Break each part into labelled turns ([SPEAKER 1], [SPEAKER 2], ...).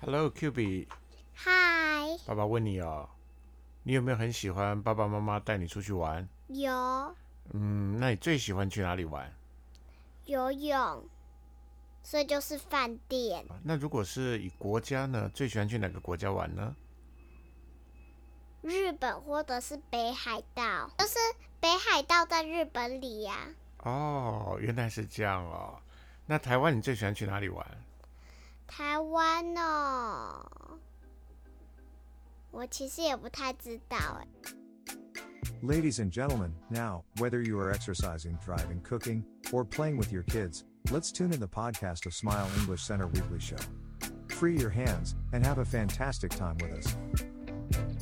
[SPEAKER 1] Hello Q B，
[SPEAKER 2] 嗨，
[SPEAKER 1] 爸爸问你哦，你有没有很喜欢爸爸妈妈带你出去玩？
[SPEAKER 2] 游
[SPEAKER 1] 嗯，那你最喜欢去哪里玩？
[SPEAKER 2] 游泳，所以就是饭店。
[SPEAKER 1] 那如果是以国家呢，最喜欢去哪个国家玩呢？
[SPEAKER 2] 日本或者是北海道，就是北海道在日本里呀、
[SPEAKER 1] 哦，原来是这样哦。那台湾你最喜欢去哪里玩？
[SPEAKER 2] 台湾哦。我其实也不太知道哎。
[SPEAKER 3] Ladies and gentlemen, now, whether you are exercising, driving, cooking, or playing with your kids, let's tune in the podcast of Smile English Center Weekly Show. Free your hands and have a fantastic time with us.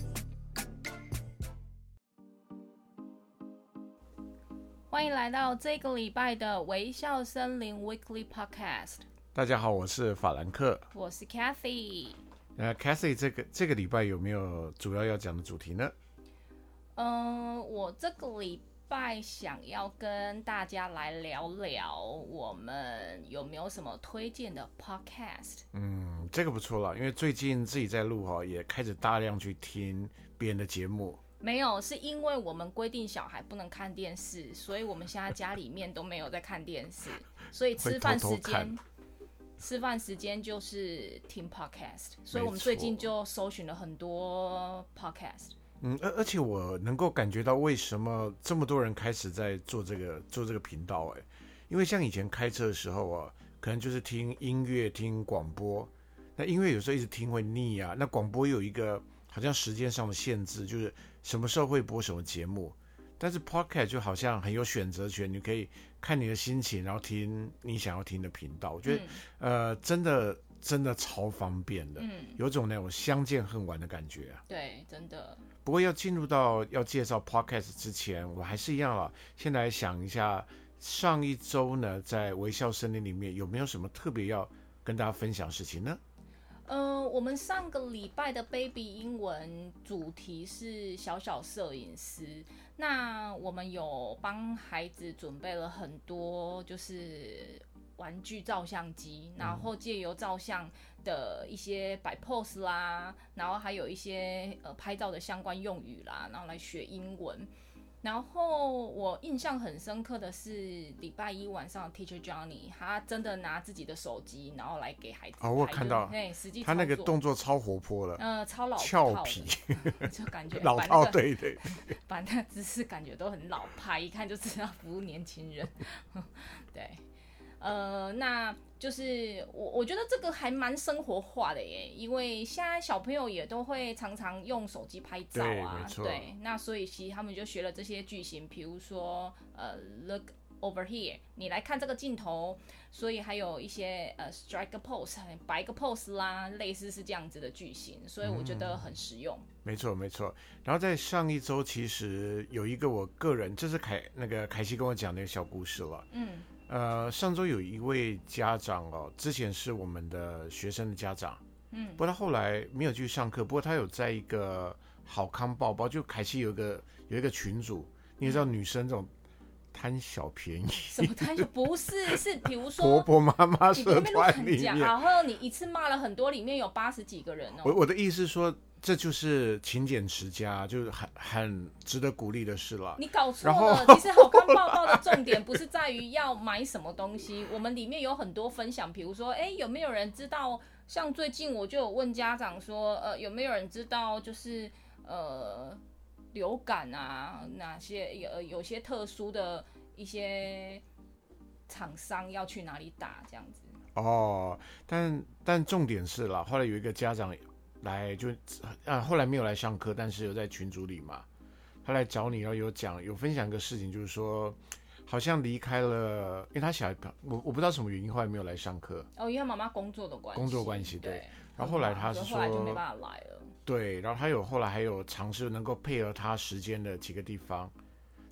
[SPEAKER 4] 欢迎来到这个礼拜的微笑森林 Weekly Podcast，
[SPEAKER 1] 大家好，我是法兰克。
[SPEAKER 4] 我是 Cathy。
[SPEAKER 1] 那呃 Cathy 这个这个礼拜有没有主要要讲的主题呢？
[SPEAKER 4] 嗯，我这个礼拜想要跟大家来聊聊，我们有没有什么推荐的 Podcast？
[SPEAKER 1] 嗯，这个不错了，因为最近自己在录哈、哦，也开始大量去听别人的节目。
[SPEAKER 4] 没有，是因为我们规定小孩不能看电视，所以我们现在家里面都没有在看 电视，所以吃饭时
[SPEAKER 1] 会偷偷看
[SPEAKER 4] 间。吃饭时间就是听 podcast，所以我
[SPEAKER 1] 没
[SPEAKER 4] 们
[SPEAKER 1] 错
[SPEAKER 4] 最近就搜寻了很多 podcast。
[SPEAKER 1] 嗯，而而且我能够感觉到为什么这么多人开始在做这个做这个频道哎，因为像以前开车的时候啊，可能就是听音乐、听广播，那音乐有时候一直听会腻啊，那广播又有一个好像时间上的限制，就是什么时候会播什么节目。但是 Podcast 就好像很有选择权，你可以看你的心情，然后听你想要听的频道。我觉得、
[SPEAKER 4] 嗯
[SPEAKER 1] 呃，真的真的超方便的，
[SPEAKER 4] 嗯，
[SPEAKER 1] 有种那种相见恨晚的感觉啊。
[SPEAKER 4] 对，真的，
[SPEAKER 1] 不过要进入到要介绍 podcast 之前，我还是一样啊，先来想一下上一周呢，在微笑森林里面有没有什么特别要跟大家分享的事情呢？
[SPEAKER 4] 呃，我们上个礼拜的 Baby 英文主题是小小摄影师，那我们有帮孩子准备了很多就是玩具照相机，然后借由照相的一些摆 pose 啦，然后还有一些呃拍照的相关用语啦，然后来学英文。然后我印象很深刻的是礼拜一晚上，Teacher Johnny 他真的拿自己的手机，然后来给孩子
[SPEAKER 1] 哦我有
[SPEAKER 4] 拍
[SPEAKER 1] 看
[SPEAKER 4] 就
[SPEAKER 1] 到
[SPEAKER 4] 嘿，哎实际
[SPEAKER 1] 他那
[SPEAKER 4] 操
[SPEAKER 1] 个
[SPEAKER 4] 作
[SPEAKER 1] 动作超活泼的，
[SPEAKER 4] 呃，超老
[SPEAKER 1] 俏
[SPEAKER 4] 套的
[SPEAKER 1] 皮，
[SPEAKER 4] 就感觉
[SPEAKER 1] 老
[SPEAKER 4] 把
[SPEAKER 1] 套
[SPEAKER 4] 那个
[SPEAKER 1] 对对，
[SPEAKER 4] 把那姿势感觉都很老派，一看就知道服务年轻人。 对，呃，那就是我我觉得这个还蛮生活化的耶，因为现在小朋友也都会常常用手机拍照
[SPEAKER 1] 对没
[SPEAKER 4] 啊，
[SPEAKER 1] 错
[SPEAKER 4] 对，那所以其实他们就学了这些句型，比如说呃，look over here，你来看这个镜头，所以还有一些呃，strike a pose，摆一个 pose 啦，类似是这样子的句型，所以我觉
[SPEAKER 1] 嗯
[SPEAKER 4] 得很实用。
[SPEAKER 1] 没错没错。然后在上一周其实有一个我个人，这是凯那个凯西跟我讲那个小故事了。
[SPEAKER 4] 嗯
[SPEAKER 1] 呃，上周有一位家长哦，之前是我们的学生的家长，
[SPEAKER 4] 嗯
[SPEAKER 1] 不过他后来没有去上课，不过他有在一个好康抱抱，就凯西有一个有一个群主，你也知道
[SPEAKER 4] 嗯
[SPEAKER 1] 女生这种贪小便宜，
[SPEAKER 4] 什么贪小？不是，是比如
[SPEAKER 1] 婆
[SPEAKER 4] 说，
[SPEAKER 1] 婆妈妈
[SPEAKER 4] 你
[SPEAKER 1] 社
[SPEAKER 4] 别被
[SPEAKER 1] 团
[SPEAKER 4] 乱
[SPEAKER 1] 里
[SPEAKER 4] 讲，
[SPEAKER 1] 面，
[SPEAKER 4] 然后你一次骂了很多，里面有八十几个人
[SPEAKER 1] 我
[SPEAKER 4] 哦。
[SPEAKER 1] 我的意思是说，这就是勤俭持家，就是很很值得鼓励的事了。
[SPEAKER 4] 你搞错
[SPEAKER 1] 然后
[SPEAKER 4] 了，其实好 看抱抱的重点不是在于要买什么东西，我们里面有很多分享，比如说，哎，有没有人知道？像最近我就有问家长说，呃，有没有人知道就是呃流感啊，哪些有呃有些特殊的一些厂商要去哪里打这样子？
[SPEAKER 1] 哦，但但重点是啦，后来有一个家长来就啊，后来没有来上课，但是有在群组里嘛，他来找你，然后有讲有分享一个事情，就是说好像离开了，因为他小孩我我不知道什么原因，后来没有来上课，
[SPEAKER 4] 哦，因为妈妈工作的关系，
[SPEAKER 1] 工作关系对
[SPEAKER 4] 对。
[SPEAKER 1] 然后后来他是
[SPEAKER 4] 所以
[SPEAKER 1] 说
[SPEAKER 4] 后来就没办法来了。
[SPEAKER 1] 对，然后他有后来还有尝试能够配合他时间的几个地方，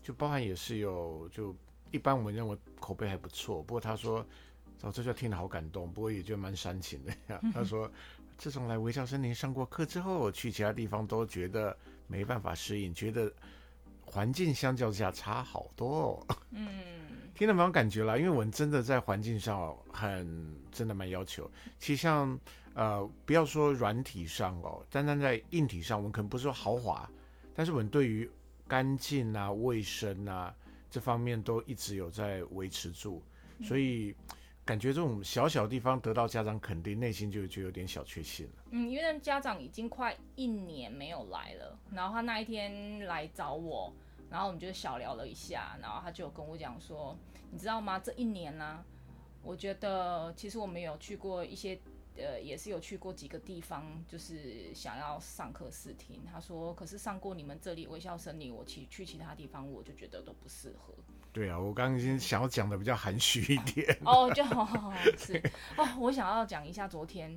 [SPEAKER 1] 就包含也是有就一般我们认为口碑还不错，不过他说，哦，这就听了好感动，不过也就蛮煽情的呀。他说，自从来微笑森林上过课之后，去其他地方都觉得没办法适应，觉得环境相较之下差好多、哦。
[SPEAKER 4] 嗯，
[SPEAKER 1] 听得蛮有感觉啦，因为我们真的在环境上哦很真的蛮要求。其实像呃，不要说软体上哦，单单在硬体上，我们可能不是说豪华，但是我们对于干净啊、卫生啊这方面都一直有在维持住，所以感觉这种小小地方得到家长肯定，内心就就有点小确幸了。
[SPEAKER 4] 嗯，因为那家长已经快一年没有来了，然后他那一天来找我，然后我们就小聊了一下，然后他就跟我讲说，你知道吗？这一年呢、我觉得其实我们有去过一些，呃，也是有去过几个地方，就是想要上课试听。他说，可是上过你们这里微笑森林，我其去其他地方我就觉得都不适合。
[SPEAKER 1] 对啊，我刚刚已经想要讲的比较含蓄一点，
[SPEAKER 4] 哦，就 好好好吃哦。我想要讲一下昨天，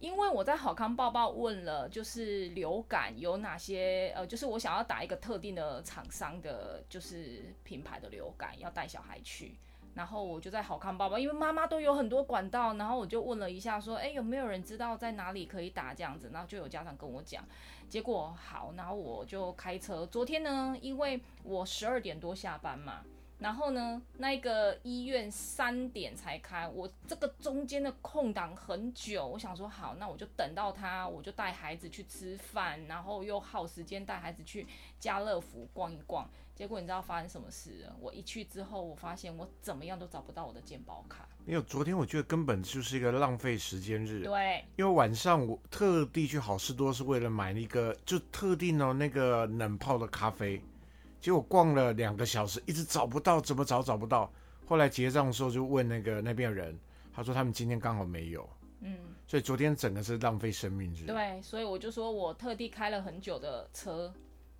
[SPEAKER 4] 因为我在好康报报问了，就是流感有哪些呃，就是我想要打一个特定的厂商的，就是品牌的流感，要带小孩去。然后我就在好康报报，因为妈妈都有很多管道，然后我就问了一下，说，哎，有没有人知道在哪里可以打这样子？然后就有家长跟我讲，结果好，然后我就开车。昨天呢，因为我十二点多下班嘛，然后呢，那个医院三点才开，我这个中间的空档很久，我想说好，那我就等到他，我就带孩子去吃饭，然后又耗时间带孩子去家乐福逛一逛。结果你知道发生什么事了？我一去之后，我发现我怎么样都找不到我的健保卡。
[SPEAKER 1] 因为昨天我觉得根本就是一个浪费时间日。啊
[SPEAKER 4] 对，
[SPEAKER 1] 因为晚上我特地去好事多是为了买一个，就特定哦那个冷泡的咖啡，结果逛了两个小时，一直找不到，怎么找找不到。后来结账的时候就问那个那边的人，他说他们今天刚好没有，
[SPEAKER 4] 嗯，
[SPEAKER 1] 所以昨天整个是浪费生命日。
[SPEAKER 4] 对，所以我就说我特地开了很久的车，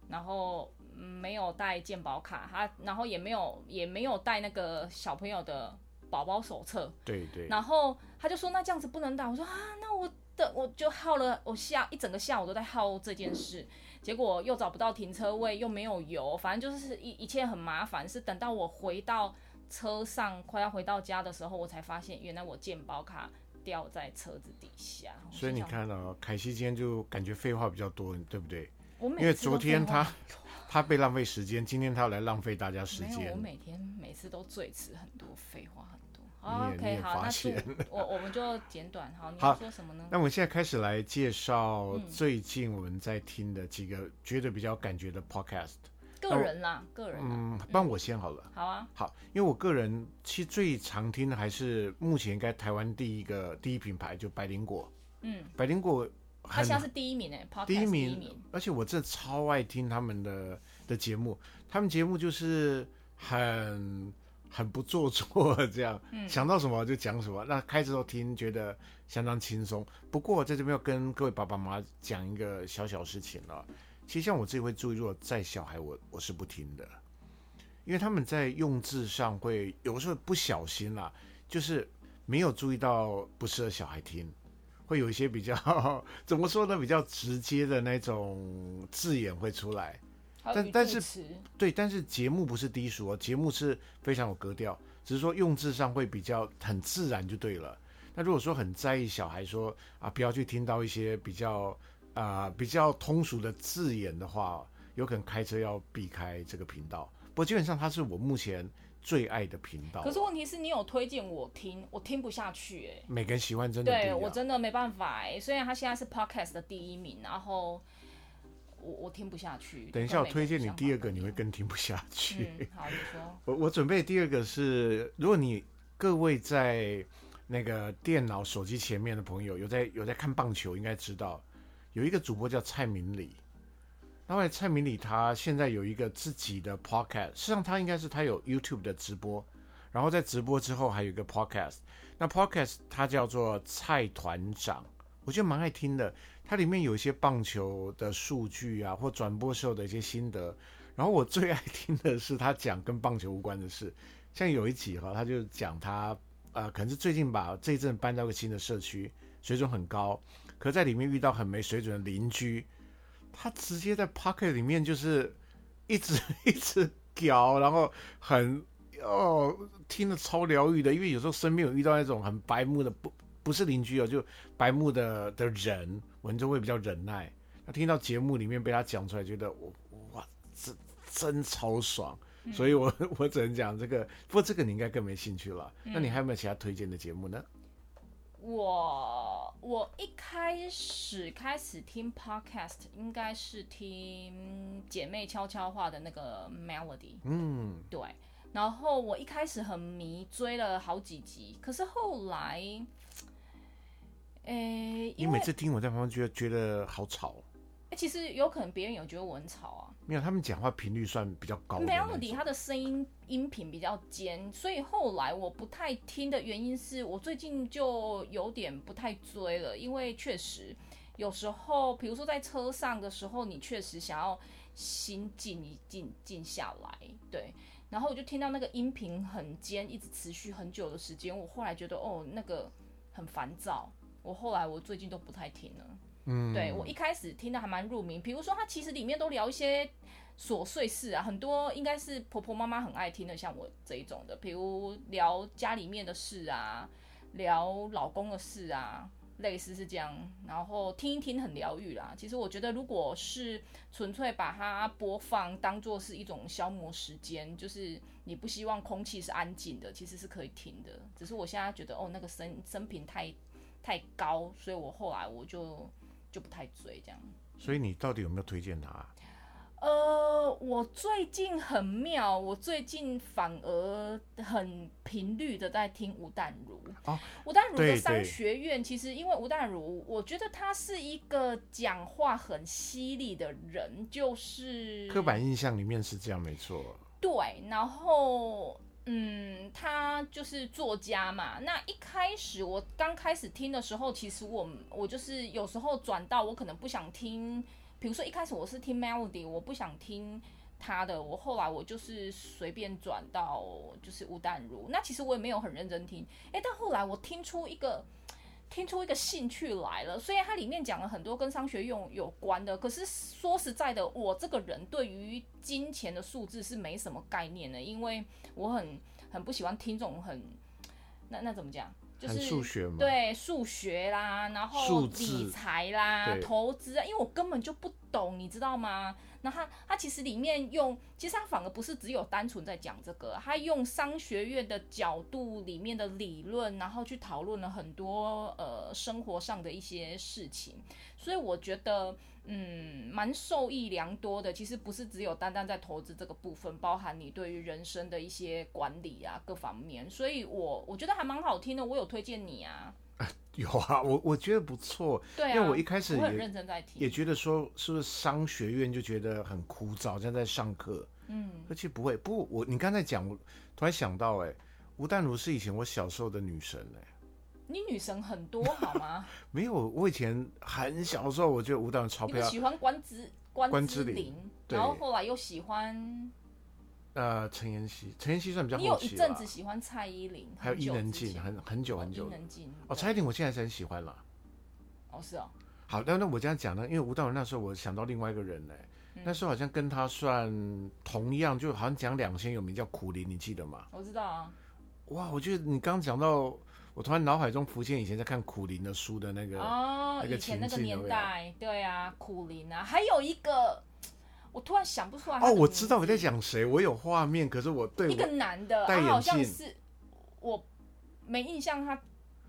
[SPEAKER 4] 然后嗯没有带健保卡，他然后也没有也没有带那个小朋友的宝宝手册，
[SPEAKER 1] 对对
[SPEAKER 4] 然后他就说那这样子不能打，我说啊，那我的我就耗了，我下一整个下午都在耗这件事，结果又找不到停车位，又没有油，反正就是一一切很麻烦。是等到我回到车上，快要回到家的时候，我才发现原来我健保卡掉在车子底下。我
[SPEAKER 1] 所以你
[SPEAKER 4] 心想，
[SPEAKER 1] 看哦，凯西今天就感觉废话比较多，对不对？
[SPEAKER 4] 我每
[SPEAKER 1] 因为
[SPEAKER 4] 次都
[SPEAKER 1] 昨天
[SPEAKER 4] 废话
[SPEAKER 1] 他他被浪费时间，今天他来浪费大家时
[SPEAKER 4] 没有，我
[SPEAKER 1] 间。
[SPEAKER 4] 每天每次都最迟很多，废话很多。哦
[SPEAKER 1] 你也你也
[SPEAKER 4] OK，好，
[SPEAKER 1] 发
[SPEAKER 4] 那
[SPEAKER 1] 现
[SPEAKER 4] 就我我们就简短。好，你
[SPEAKER 1] 好
[SPEAKER 4] 要说什么呢？
[SPEAKER 1] 那我们现在开始来介绍
[SPEAKER 4] 嗯
[SPEAKER 1] 最近我们在听的几个觉得比较感觉的 podcast。
[SPEAKER 4] 个人啦，个人啦，
[SPEAKER 1] 嗯，帮我先好了。
[SPEAKER 4] 好啊，
[SPEAKER 1] 好，因为我个人其实最常听的还是目前应该台湾第一个第一品牌就百灵果，
[SPEAKER 4] 嗯，
[SPEAKER 1] 百灵果
[SPEAKER 4] 他
[SPEAKER 1] 很
[SPEAKER 4] 现在是第一名哎 p o d
[SPEAKER 1] 第
[SPEAKER 4] c a
[SPEAKER 1] 一
[SPEAKER 4] s 第
[SPEAKER 1] 名，
[SPEAKER 4] 一名，
[SPEAKER 1] 而且我真的超爱听他们的的节目，他们节目就是很很不做作这样，想到什么就讲什么。那开始都听觉得相当轻松，不过在这边要跟各位爸爸妈妈讲一个小小事情了、其实像我自己会注意，如果带小孩我，我是不听的，因为他们在用字上会有时候不小心啦、就是没有注意到不适合小孩听，会有一些比较 怎么说呢，比较直接的那种字眼会出来。
[SPEAKER 4] 还有
[SPEAKER 1] 但
[SPEAKER 4] 语
[SPEAKER 1] 但
[SPEAKER 4] 助
[SPEAKER 1] 是
[SPEAKER 4] 词
[SPEAKER 1] 对，但是节目不是低俗哦，节目是非常有格调，只是说用字上会比较很自然就对了。那如果说很在意小孩说啊，不要去听到一些比较啊、比较通俗的字眼的话，哦有可能开车要避开这个频道。不过基本上它是我目前最爱的频道。
[SPEAKER 4] 可是问题是你有推荐我听，我听不下去哎、
[SPEAKER 1] 每个人喜欢真的不一
[SPEAKER 4] 对
[SPEAKER 1] 样。
[SPEAKER 4] 我真的没办法哎、虽然他现在是 podcast 的第一名，然后我我听不下去。
[SPEAKER 1] 等一下，我
[SPEAKER 4] 跟每
[SPEAKER 1] 推
[SPEAKER 4] 个人
[SPEAKER 1] 荐你
[SPEAKER 4] 想法
[SPEAKER 1] 第二
[SPEAKER 4] 不
[SPEAKER 1] 个，你
[SPEAKER 4] 一
[SPEAKER 1] 会
[SPEAKER 4] 样
[SPEAKER 1] 更听不下去。
[SPEAKER 4] 嗯，好，你说，
[SPEAKER 1] 我我准备的第二个是，如果你各位在那个电脑、手机前面的朋友有在有在看棒球，应该知道有一个主播叫蔡明理。那后来蔡明理他现在有一个自己的 podcast，事实上他应该是他有 YouTube 的直播，然后在直播之后还有一个 podcast。那 podcast 它叫做蔡团长，我觉得蛮爱听的。它里面有一些棒球的数据啊，或转播时候的一些心得，然后我最爱听的是他讲跟棒球无关的事，像有一集哈，他就讲他呃，可能是最近把这一阵搬到个新的社区，水准很高，可在里面遇到很没水准的邻居，他直接在 Pocket 里面就是一直 一直屌，然后很哦，听得超疗愈的，因为有时候身边有遇到那种很白目的不不是邻居哦，就白目的的人，文就会比较忍耐。那听到节目里面被他讲出来，觉得我哇，这真超爽。所以我我只能讲这个，不过这个你应该更没兴趣了。那你还有没有其他推荐的节目呢？
[SPEAKER 4] 我我一开始开始听 podcast 应该是听姐妹悄悄话的那个 Melody，
[SPEAKER 1] 嗯，
[SPEAKER 4] 对，然后我一开始很迷，追了好几集，可是后来，诶，
[SPEAKER 1] 你
[SPEAKER 4] 因为
[SPEAKER 1] 每次听我在旁边觉得觉得好吵，
[SPEAKER 4] 诶其实有可能别人有觉得我很吵啊，
[SPEAKER 1] 没有他们讲话频率算比较高的那
[SPEAKER 4] Melody
[SPEAKER 1] 种
[SPEAKER 4] 她的声音音频比较尖，所以后来我不太听的原因是我最近就有点不太追了，因为确实有时候，比如说在车上的时候，你确实想要心静一静静下来，对。然后我就听到那个音频很尖，一直持续很久的时间，我后来觉得哦，那个很烦躁。我后来我最近都不太听了。
[SPEAKER 1] 嗯，
[SPEAKER 4] 对我一开始听的还蛮入迷，比如说它其实里面都聊一些琐碎事啊，很多应该是婆婆妈妈很爱听的，像我这一种的，比如聊家里面的事啊，聊老公的事啊，类似是这样，然后听一听很疗愈啦。其实我觉得，如果是纯粹把它播放当做是一种消磨时间，就是你不希望空气是安静的，其实是可以听的。只是我现在觉得，哦，那个声声频太太高，所以我后来我就就不太追这样。
[SPEAKER 1] 所以你到底有没有推荐他啊？
[SPEAKER 4] 呃，我最近很妙，我最近反而很频率的在听吴淡如。
[SPEAKER 1] 哦，
[SPEAKER 4] 吴淡如的
[SPEAKER 1] 对
[SPEAKER 4] 商
[SPEAKER 1] 对
[SPEAKER 4] 学院，其实因为吴淡如，我觉得他是一个讲话很犀利的人，就是
[SPEAKER 1] 刻板印象里面是这样，没错。
[SPEAKER 4] 对，然后嗯，他就是作家嘛。那一开始我刚开始听的时候，其实我我就是有时候转到我可能不想听，比如说一开始我是听 Melody，我不想听。他的我后来我就是随便转到就是吴淡如，那其实我也没有很认真听，诶，但后来我听出一个听出一个兴趣来了。虽然它里面讲了很多跟商学用有关的，可是说实在的，我这个人对于金钱的数字是没什么概念的，因为我很很不喜欢听这种很那那怎么讲，就是
[SPEAKER 1] 很数学嘛
[SPEAKER 4] 对数学啦，然后
[SPEAKER 1] 数字
[SPEAKER 4] 理财啦、
[SPEAKER 1] 对
[SPEAKER 4] 投资啊，因为我根本就不懂，你知道吗？那他他其实里面用，其实他反而不是只有单纯在讲这个，他用商学院的角度里面的理论，然后去讨论了很多呃生活上的一些事情，所以我觉得嗯蛮受益良多的。其实不是只有单单在投资这个部分，包含你对于人生的一些管理啊各方面，所以我我觉得还蛮好听的，我有推荐你啊，
[SPEAKER 1] 有啊，我我觉得不错，
[SPEAKER 4] 对啊，
[SPEAKER 1] 因为我一开始
[SPEAKER 4] 我很
[SPEAKER 1] 也
[SPEAKER 4] 认真在听，
[SPEAKER 1] 也觉得说是不是商学院就觉得很枯燥，像在上课，
[SPEAKER 4] 嗯
[SPEAKER 1] 而且不会。不过我你刚才讲，我突然想到、哎，吴淡如是以前我小时候的女神、哎，
[SPEAKER 4] 你女神很多好 吗？
[SPEAKER 1] 没有，我以前很小的时候，我觉得吴淡如超
[SPEAKER 4] 你
[SPEAKER 1] 漂
[SPEAKER 4] 们
[SPEAKER 1] 亮
[SPEAKER 4] 喜。欢关之关
[SPEAKER 1] 关
[SPEAKER 4] 之
[SPEAKER 1] 之琳
[SPEAKER 4] 琳，
[SPEAKER 1] 对
[SPEAKER 4] 然后后来又喜欢，
[SPEAKER 1] 呃，陈妍希，陈妍希算比较
[SPEAKER 4] 你有
[SPEAKER 1] 后
[SPEAKER 4] 一
[SPEAKER 1] 期
[SPEAKER 4] 阵
[SPEAKER 1] 了
[SPEAKER 4] 子，喜欢蔡依林，
[SPEAKER 1] 还有
[SPEAKER 4] 很
[SPEAKER 1] 伊
[SPEAKER 4] 久
[SPEAKER 1] 能
[SPEAKER 4] 之
[SPEAKER 1] 静，
[SPEAKER 4] 前
[SPEAKER 1] 很很久
[SPEAKER 4] 哦
[SPEAKER 1] 很久
[SPEAKER 4] 伊
[SPEAKER 1] 了。
[SPEAKER 4] 能静
[SPEAKER 1] 哦，蔡依林我现在还是很喜欢啦。
[SPEAKER 4] 哦是哦，
[SPEAKER 1] 好，但那我这样讲呢，因为吴淡如那时候我想到另外一个人呢、哎
[SPEAKER 4] 嗯
[SPEAKER 1] 那时候好像跟他算同样，就好像讲两千有名叫苦林，你记得吗？
[SPEAKER 4] 我知道啊，
[SPEAKER 1] 哇，我觉得你刚讲到，我突然脑海中浮现以前在看苦林的书的那个，
[SPEAKER 4] 哦
[SPEAKER 1] 啊那个
[SPEAKER 4] 以前
[SPEAKER 1] 情
[SPEAKER 4] 那个
[SPEAKER 1] 境
[SPEAKER 4] 年
[SPEAKER 1] 有没有
[SPEAKER 4] 代，对啊，苦林啊，还有一个我突然想不出来他
[SPEAKER 1] 哦，
[SPEAKER 4] 的
[SPEAKER 1] 我
[SPEAKER 4] 名
[SPEAKER 1] 知道我在
[SPEAKER 4] 字
[SPEAKER 1] 讲谁，我有画面，可是我对
[SPEAKER 4] 一个
[SPEAKER 1] 我
[SPEAKER 4] 男的，
[SPEAKER 1] 戴
[SPEAKER 4] 他好
[SPEAKER 1] 眼
[SPEAKER 4] 像
[SPEAKER 1] 镜
[SPEAKER 4] 是我没印象，他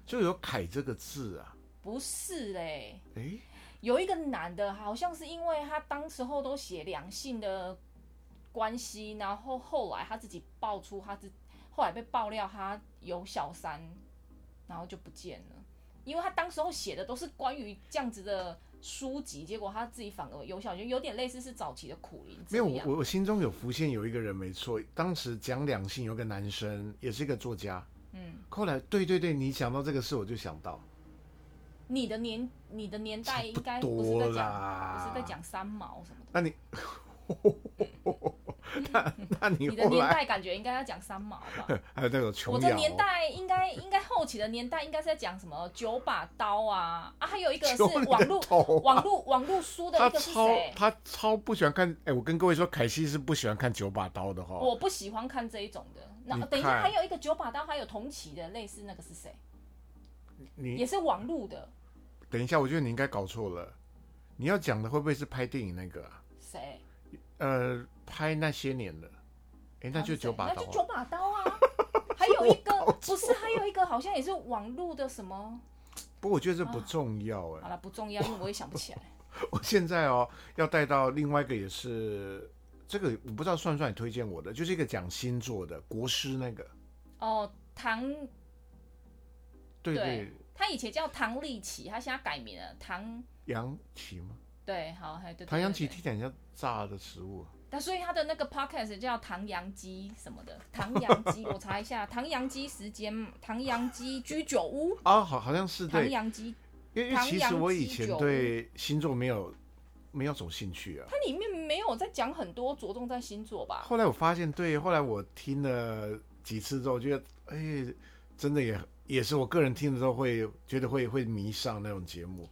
[SPEAKER 1] 就有“凯”这个字啊，
[SPEAKER 4] 不是嘞，
[SPEAKER 1] 诶，
[SPEAKER 4] 有一个男的，好像是因为他当时候都写两性的关系，然后后来他自己爆出他自，后来被爆料他有小三，然后就不见了。因为他当时候写的都是关于这样子的书籍，结果他自己反而有小三，有点类似是早期的苦灵
[SPEAKER 1] 没
[SPEAKER 4] 这
[SPEAKER 1] 有，
[SPEAKER 4] 样。
[SPEAKER 1] 我我心中有浮现有一个人，没错，当时讲两性有个男生，也是一个作家，
[SPEAKER 4] 嗯，
[SPEAKER 1] 后来对对对，你讲到这个事，我就想到，
[SPEAKER 4] 你的年你的年代应该
[SPEAKER 1] 差不
[SPEAKER 4] 不是
[SPEAKER 1] 多
[SPEAKER 4] 在讲，
[SPEAKER 1] 啦
[SPEAKER 4] 不是在讲三毛什么 的。
[SPEAKER 1] 那你，那那你
[SPEAKER 4] 你的
[SPEAKER 1] 后
[SPEAKER 4] 年
[SPEAKER 1] 来
[SPEAKER 4] 代感觉应该要讲三毛吧？
[SPEAKER 1] 还有那种哦
[SPEAKER 4] 我
[SPEAKER 1] 琼
[SPEAKER 4] 的
[SPEAKER 1] 瑶，
[SPEAKER 4] 年代应该应该后期的年代应该是在讲什么九把刀啊啊，还有一个是
[SPEAKER 1] 九你的
[SPEAKER 4] 网络、
[SPEAKER 1] 头啊
[SPEAKER 4] 网络网络书的
[SPEAKER 1] 他
[SPEAKER 4] 一个是
[SPEAKER 1] 超
[SPEAKER 4] 谁？
[SPEAKER 1] 他超不喜欢看，哎、我跟各位说，凯西是不喜欢看九把刀的哈、
[SPEAKER 4] 我不喜欢看这一种的。那
[SPEAKER 1] 你
[SPEAKER 4] 等一下，
[SPEAKER 1] 看
[SPEAKER 4] 还有一个九把刀，还有同期的类似那个是谁？也
[SPEAKER 1] 你
[SPEAKER 4] 是网络的
[SPEAKER 1] 等一下，我觉得你应该搞错了，你要讲的会不会是拍电影那个、啊？
[SPEAKER 4] 谁？
[SPEAKER 1] 呃，拍那些年的，哎、那就
[SPEAKER 4] 啊是谁
[SPEAKER 1] 九把
[SPEAKER 4] 那
[SPEAKER 1] 刀、
[SPEAKER 4] 就九
[SPEAKER 1] 啊。
[SPEAKER 4] 把刀啊！还有一个不是，还有一个好像也是网络的什么？
[SPEAKER 1] 不过我觉得这不重要哎、
[SPEAKER 4] 好了，不重要，因为我也想不起来。
[SPEAKER 1] 我现在哦要带到另外一个也是这个我不知道算不算你推荐我的，就是一个讲星座的国师那个，
[SPEAKER 4] 哦，唐，
[SPEAKER 1] 对
[SPEAKER 4] 对他以前叫唐立奇，他现在改名了唐。
[SPEAKER 1] 杨奇吗？
[SPEAKER 4] 对，好，还对。对
[SPEAKER 1] 唐
[SPEAKER 4] 对
[SPEAKER 1] 杨
[SPEAKER 4] 对
[SPEAKER 1] 奇听起来很像炸的食物啊，
[SPEAKER 4] 但所以他的那个 podcast 叫唐扬鸡什么的， 唐扬鸡，我查一下，唐扬鸡时间，唐扬鸡居酒屋，
[SPEAKER 1] 啊好好像是
[SPEAKER 4] 唐
[SPEAKER 1] 对，
[SPEAKER 4] 扬鸡，
[SPEAKER 1] 因为因为
[SPEAKER 4] 唐
[SPEAKER 1] 其实
[SPEAKER 4] 扬
[SPEAKER 1] 我以
[SPEAKER 4] 鸡
[SPEAKER 1] 前
[SPEAKER 4] 酒
[SPEAKER 1] 对星座没有没有什么兴趣啊，
[SPEAKER 4] 它里面没有在讲很多着重在星座吧？
[SPEAKER 1] 后来我发现对，后来我听了几次之后，觉得哎、真的也也是我个人听了之后会觉得会会迷上那种节目，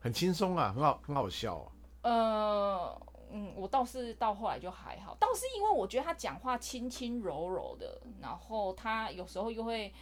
[SPEAKER 1] 很轻松啊，很好很好笑、啊。
[SPEAKER 4] 呃，嗯，我倒是到后来就还好，倒是因为我觉得他讲话轻轻柔柔的，然后他有时候又会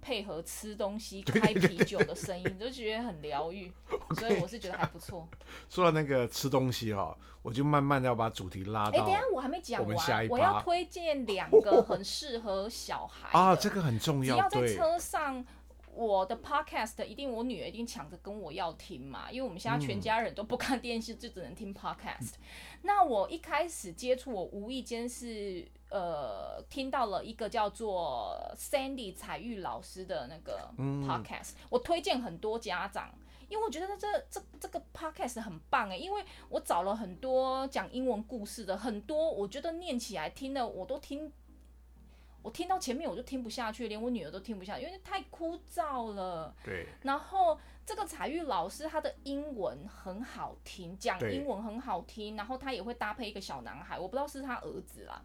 [SPEAKER 4] 配合吃东西、开啤酒的声音，就觉得很疗愈，所以我是觉得还不错。
[SPEAKER 1] 说到那个吃东西哈、我就慢慢的要把主题拉
[SPEAKER 4] 哎、
[SPEAKER 1] 到
[SPEAKER 4] 等一下我还没讲
[SPEAKER 1] 我们下一
[SPEAKER 4] 完，
[SPEAKER 1] 趴
[SPEAKER 4] 我要推荐两 个很适合小孩的
[SPEAKER 1] 啊，这个很重
[SPEAKER 4] 只要在
[SPEAKER 1] 对，
[SPEAKER 4] 车上，我的 podcast 一定我女儿一定抢着跟我要听嘛，因为我们现在
[SPEAKER 1] 嗯
[SPEAKER 4] 全家人都不看电视，就只能听 podcast。那我一开始接触，我无意间是呃听到了一个叫做 Sandy 彩玉老师的那个 podcast，、我推荐很多家长。因为我觉得这这这个 podcast 很棒哎，因为我找了很多讲英文故事的，很多我觉得念起来听了我都听我听到前面我就听不下去，连我女儿都听不下去，因为太枯燥了。
[SPEAKER 1] 对
[SPEAKER 4] 然后这个彩玉老师她的英文很好听，讲
[SPEAKER 1] 对
[SPEAKER 4] 英文很好听，然后她也会搭配一个小男孩，我不知道是他儿子啦。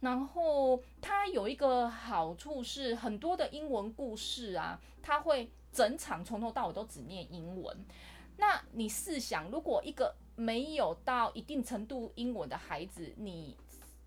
[SPEAKER 4] 然后他有一个好处是，很多的英文故事啊，他会整场从头到尾都只念英文。那你试想，如果一个没有到一定程度英文的孩子，你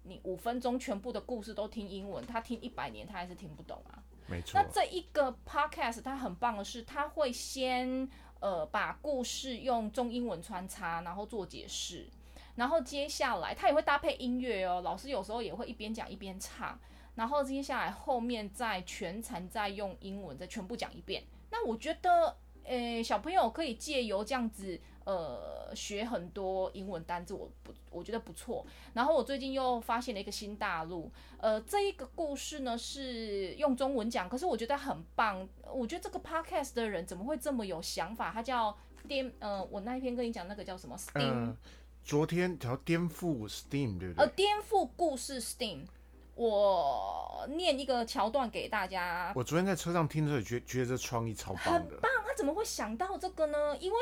[SPEAKER 4] 你五分钟全部的故事都听英文，他听一百年他还是听不懂啊。
[SPEAKER 1] 没错
[SPEAKER 4] 那，这一个 podcast 它很棒的是，它会先呃把故事用中英文穿插，然后做解释，然后接下来它也会搭配音乐哦，老师有时候也会一边讲一边唱，然后接下来后面再全程再用英文再全部讲一遍。那我觉得，呃，小朋友可以借由这样子。呃，学很多英文单字，我不，我觉得不错。然后我最近又发现了一个新大陆，呃，这一个故事呢是用中文讲，可是我觉得很棒。我觉得这个 podcast 的人怎么会这么有想法？他叫 Steam，呃，我那一篇跟你讲那个叫什么 Steam，、
[SPEAKER 1] 嗯、昨天条颠覆 Steam 对不对？
[SPEAKER 4] 呃，颠覆故事 Steam。我念一个桥段给大家
[SPEAKER 1] 我昨天在车上听的时候，觉觉得这创意超棒的。
[SPEAKER 4] 那他怎么会想到这个呢？因为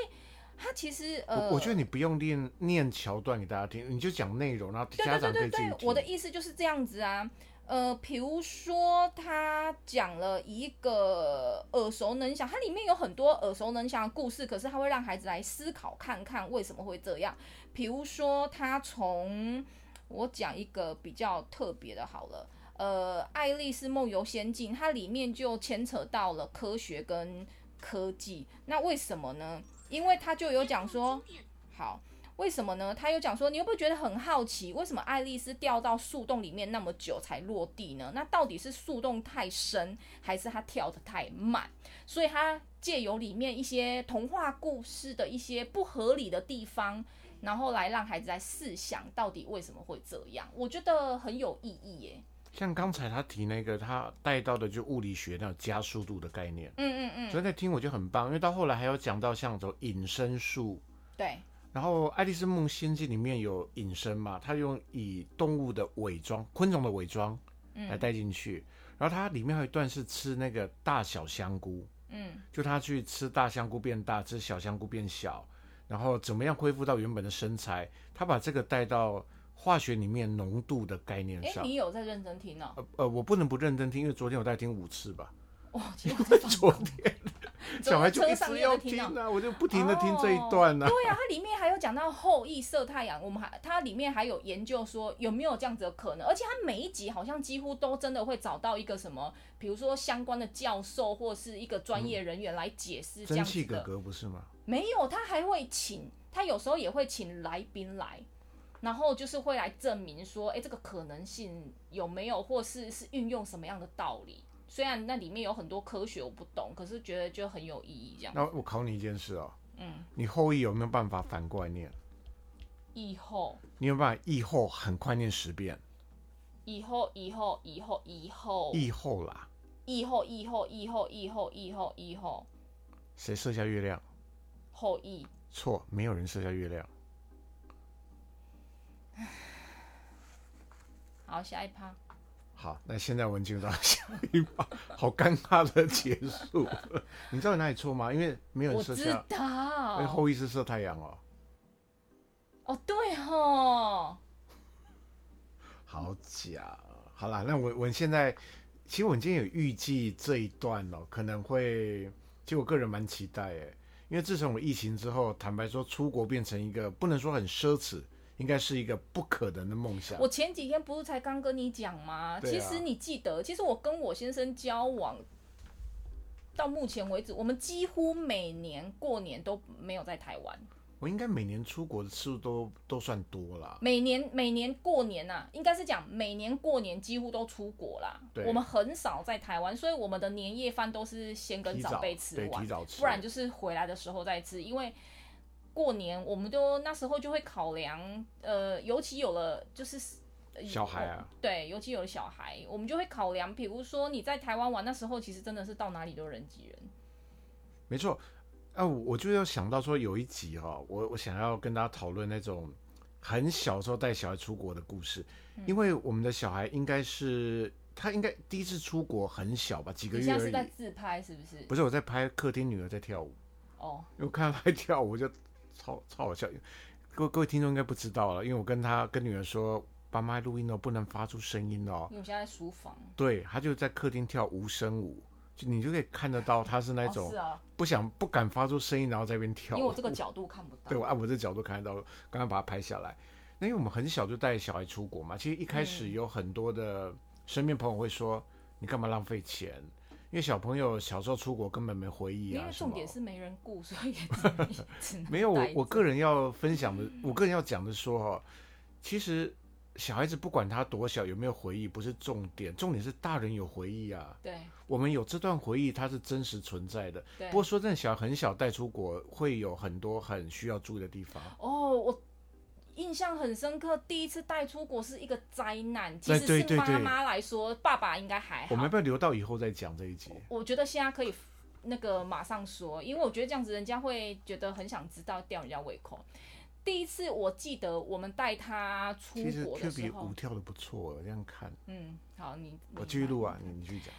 [SPEAKER 4] 他其实呃，
[SPEAKER 1] 我我觉得你不用念念桥段给大家听，你就讲内容，然后
[SPEAKER 4] 对
[SPEAKER 1] 家长
[SPEAKER 4] 对
[SPEAKER 1] 可
[SPEAKER 4] 对
[SPEAKER 1] 以自己
[SPEAKER 4] 对
[SPEAKER 1] 听。
[SPEAKER 4] 对，我的意思就是这样子啊。呃，比如说他讲了一个耳熟能详，它里面有很多耳熟能详的故事，可是他会让孩子来思考看看为什么会这样。比如说他从我讲一个比较特别的好了。呃，《爱丽丝梦游仙境》它里面就牵扯到了科学跟科技，那为什么呢？因为他就有讲说，好，为什么呢？他有讲说，你有没有觉得很好奇，为什么爱丽丝掉到树洞里面那么久才落地呢？那到底是树洞太深，还是她跳得太慢？所以她借由里面一些童话故事的一些不合理的地方，然后来让孩子来试想到底为什么会这样，我觉得很有意义耶。
[SPEAKER 1] 像刚才他提那个，他带到的就物理学那种加速度的概念，
[SPEAKER 4] 嗯嗯嗯，
[SPEAKER 1] 所以那听我就很棒，因为到后来还有讲到像走隐身术，
[SPEAKER 4] 对
[SPEAKER 1] 然后《爱丽丝梦仙境》里面有隐身嘛，他用以动物的伪装、昆虫的伪装
[SPEAKER 4] 嗯
[SPEAKER 1] 来带进去，然后它里面还有一段是吃那个大小香菇，
[SPEAKER 4] 嗯，
[SPEAKER 1] 就他去吃大香菇变大，吃小香菇变小，然后怎么样恢复到原本的身材，他把这个带到化学里面浓度的概念
[SPEAKER 4] 哎、
[SPEAKER 1] 上。
[SPEAKER 4] 你有在认真听 哦？
[SPEAKER 1] 呃呃，我不能不认真听，因为昨天我大概听五次吧。
[SPEAKER 4] 哇、其实我在放
[SPEAKER 1] 昨天小孩就
[SPEAKER 4] 车
[SPEAKER 1] 一
[SPEAKER 4] 上
[SPEAKER 1] 直
[SPEAKER 4] 也有
[SPEAKER 1] 要
[SPEAKER 4] 听
[SPEAKER 1] 听
[SPEAKER 4] 到
[SPEAKER 1] 啊，我就不停的听这一段呢、啊
[SPEAKER 4] 哦。对啊，它里面还有讲到后羿射太阳，我们还它里面还有研究说有没有这样子的可能，而且它每一集好像几乎都真的会找到一个什么，比如说相关的教授或是一个专业人员来解释这
[SPEAKER 1] 蒸
[SPEAKER 4] 样
[SPEAKER 1] 汽嗯
[SPEAKER 4] 子
[SPEAKER 1] 哥
[SPEAKER 4] 的。
[SPEAKER 1] 哥不是吗？
[SPEAKER 4] 没有，他还会请，他有时候也会请来宾来。然后就是会来证明说，哎，这个可能性有没有，或是是运用什么样的道理？虽然那里面有很多科学我不懂，可是觉得就很有意义这样。
[SPEAKER 1] 那我考你一件事哦，
[SPEAKER 4] 嗯，
[SPEAKER 1] 你后羿有没有办法反过来念？
[SPEAKER 4] 以后，
[SPEAKER 1] 你有没有办法译后很快念十遍？
[SPEAKER 4] 以后，以后，以后，以后，
[SPEAKER 1] 译后啦，
[SPEAKER 4] 以后，以后，以后，以后，以后，以后，
[SPEAKER 1] 谁射下月亮？
[SPEAKER 4] 后羿，
[SPEAKER 1] 错，没有人射下月亮。
[SPEAKER 4] 好，下一趴。
[SPEAKER 1] 好，那现在我们进入到下一趴，好尴尬的结束。你知道有哪里错吗？因为没有
[SPEAKER 4] 我
[SPEAKER 1] 人射
[SPEAKER 4] 知
[SPEAKER 1] 下，因为
[SPEAKER 4] 道。
[SPEAKER 1] 啊哎后羿是射太阳哦。
[SPEAKER 4] 哦，对哦，
[SPEAKER 1] 好假哦，好啦，那我我现在其实我今天有预计这一段哦，可能会，其实我个人蛮期待诶，因为自从我疫情之后，坦白说，出国变成一个不能说很奢侈，应该是一个不可能的梦想
[SPEAKER 4] 我。前几天不是才刚跟你讲吗？
[SPEAKER 1] 啊对啊
[SPEAKER 4] 其实你记得，其实我跟我先生交往到目前为止，我们几乎每年过年都没有在台湾。
[SPEAKER 1] 我应该每年出国的次数都都算多啦。
[SPEAKER 4] 每年每年过年呐、应该是讲每年过年几乎都出国啦
[SPEAKER 1] 对。
[SPEAKER 4] 我们很少在台湾，所以我们的年夜饭都是先跟
[SPEAKER 1] 提
[SPEAKER 4] 长
[SPEAKER 1] 早
[SPEAKER 4] 辈吃
[SPEAKER 1] 对，
[SPEAKER 4] 完
[SPEAKER 1] 提，早吃，
[SPEAKER 4] 不然就是回来的时候再吃，因为。过年我们就那时候就会考量，呃，尤其有了就是呃
[SPEAKER 1] 小孩啊，
[SPEAKER 4] 对，尤其有了小孩，我们就会考量，比如说你在台湾玩那时候，其实真的是到哪里都人挤人，
[SPEAKER 1] 没错。啊，我我就要想到说有一集哈、哦，我我想要跟大家讨论那种很小时候带小孩出国的故事，
[SPEAKER 4] 嗯
[SPEAKER 1] 因为我们的小孩应该是他应该第一次出国很小吧，几个
[SPEAKER 4] 你
[SPEAKER 1] 月
[SPEAKER 4] 现在
[SPEAKER 1] 而
[SPEAKER 4] 是在
[SPEAKER 1] 已。
[SPEAKER 4] 自拍是不是？
[SPEAKER 1] 不是我在拍客厅女儿在跳舞，
[SPEAKER 4] 哦，
[SPEAKER 1] 因为我看到她跳舞我就超超好笑。各位各位听众应该不知道了，因为我跟她跟女儿说，爸妈录音哦，不能发出声音哦
[SPEAKER 4] 因。为我们现在在书房，
[SPEAKER 1] 对，她就在客厅跳无声舞，就你就可以看得到她是那
[SPEAKER 4] 哦
[SPEAKER 1] 种
[SPEAKER 4] 是啊，
[SPEAKER 1] 不想不敢发出声音，然后在那边跳
[SPEAKER 4] 因
[SPEAKER 1] 舞。
[SPEAKER 4] 为我这个啊角度看不到。
[SPEAKER 1] 对我啊按我这角度看得到，刚刚把它拍下来。那因为我们很小就带小孩出国嘛，其实一开
[SPEAKER 4] 嗯
[SPEAKER 1] 始有很多的身边朋友会说，你干嘛浪费钱？因为小朋友小时候出国根本没回忆
[SPEAKER 4] 因
[SPEAKER 1] 啊
[SPEAKER 4] 为
[SPEAKER 1] 什么
[SPEAKER 4] 重。点是没人顾， 所以也只 能只能
[SPEAKER 1] 没有我
[SPEAKER 4] 带
[SPEAKER 1] 我
[SPEAKER 4] 着嗯
[SPEAKER 1] 个人要分享的，我个人要讲的说哈，其实小孩子不管他多小有没有回忆不是重点，重点是大人有回忆啊。
[SPEAKER 4] 对
[SPEAKER 1] 我们有这段回忆，它是真实存在的。
[SPEAKER 4] 对
[SPEAKER 1] 不过说真的，小孩很小带出国会有很多很需要注意的地方。
[SPEAKER 4] 哦，我印象很深刻，第一次带出国是一个灾难，即
[SPEAKER 1] 对
[SPEAKER 4] 使
[SPEAKER 1] 对
[SPEAKER 4] 是
[SPEAKER 1] 对
[SPEAKER 4] 妈
[SPEAKER 1] 对
[SPEAKER 4] 妈来说，爸爸应该还
[SPEAKER 1] 我们要
[SPEAKER 4] 好。
[SPEAKER 1] 不要留到以后再讲这一集？
[SPEAKER 4] 我觉得现在可以那个马上说，因为我觉得这样子人家会觉得很想知道吊人家胃口。第一次我记得我们带他出
[SPEAKER 1] 其实
[SPEAKER 4] 国
[SPEAKER 1] Q
[SPEAKER 4] 嗯的
[SPEAKER 1] 比
[SPEAKER 4] 时
[SPEAKER 1] 舞
[SPEAKER 4] 候，
[SPEAKER 1] 跳的不错，这样看。
[SPEAKER 4] 嗯，好，你
[SPEAKER 1] 我
[SPEAKER 4] 你
[SPEAKER 1] 继续
[SPEAKER 4] 来
[SPEAKER 1] 录啊，你你继续讲。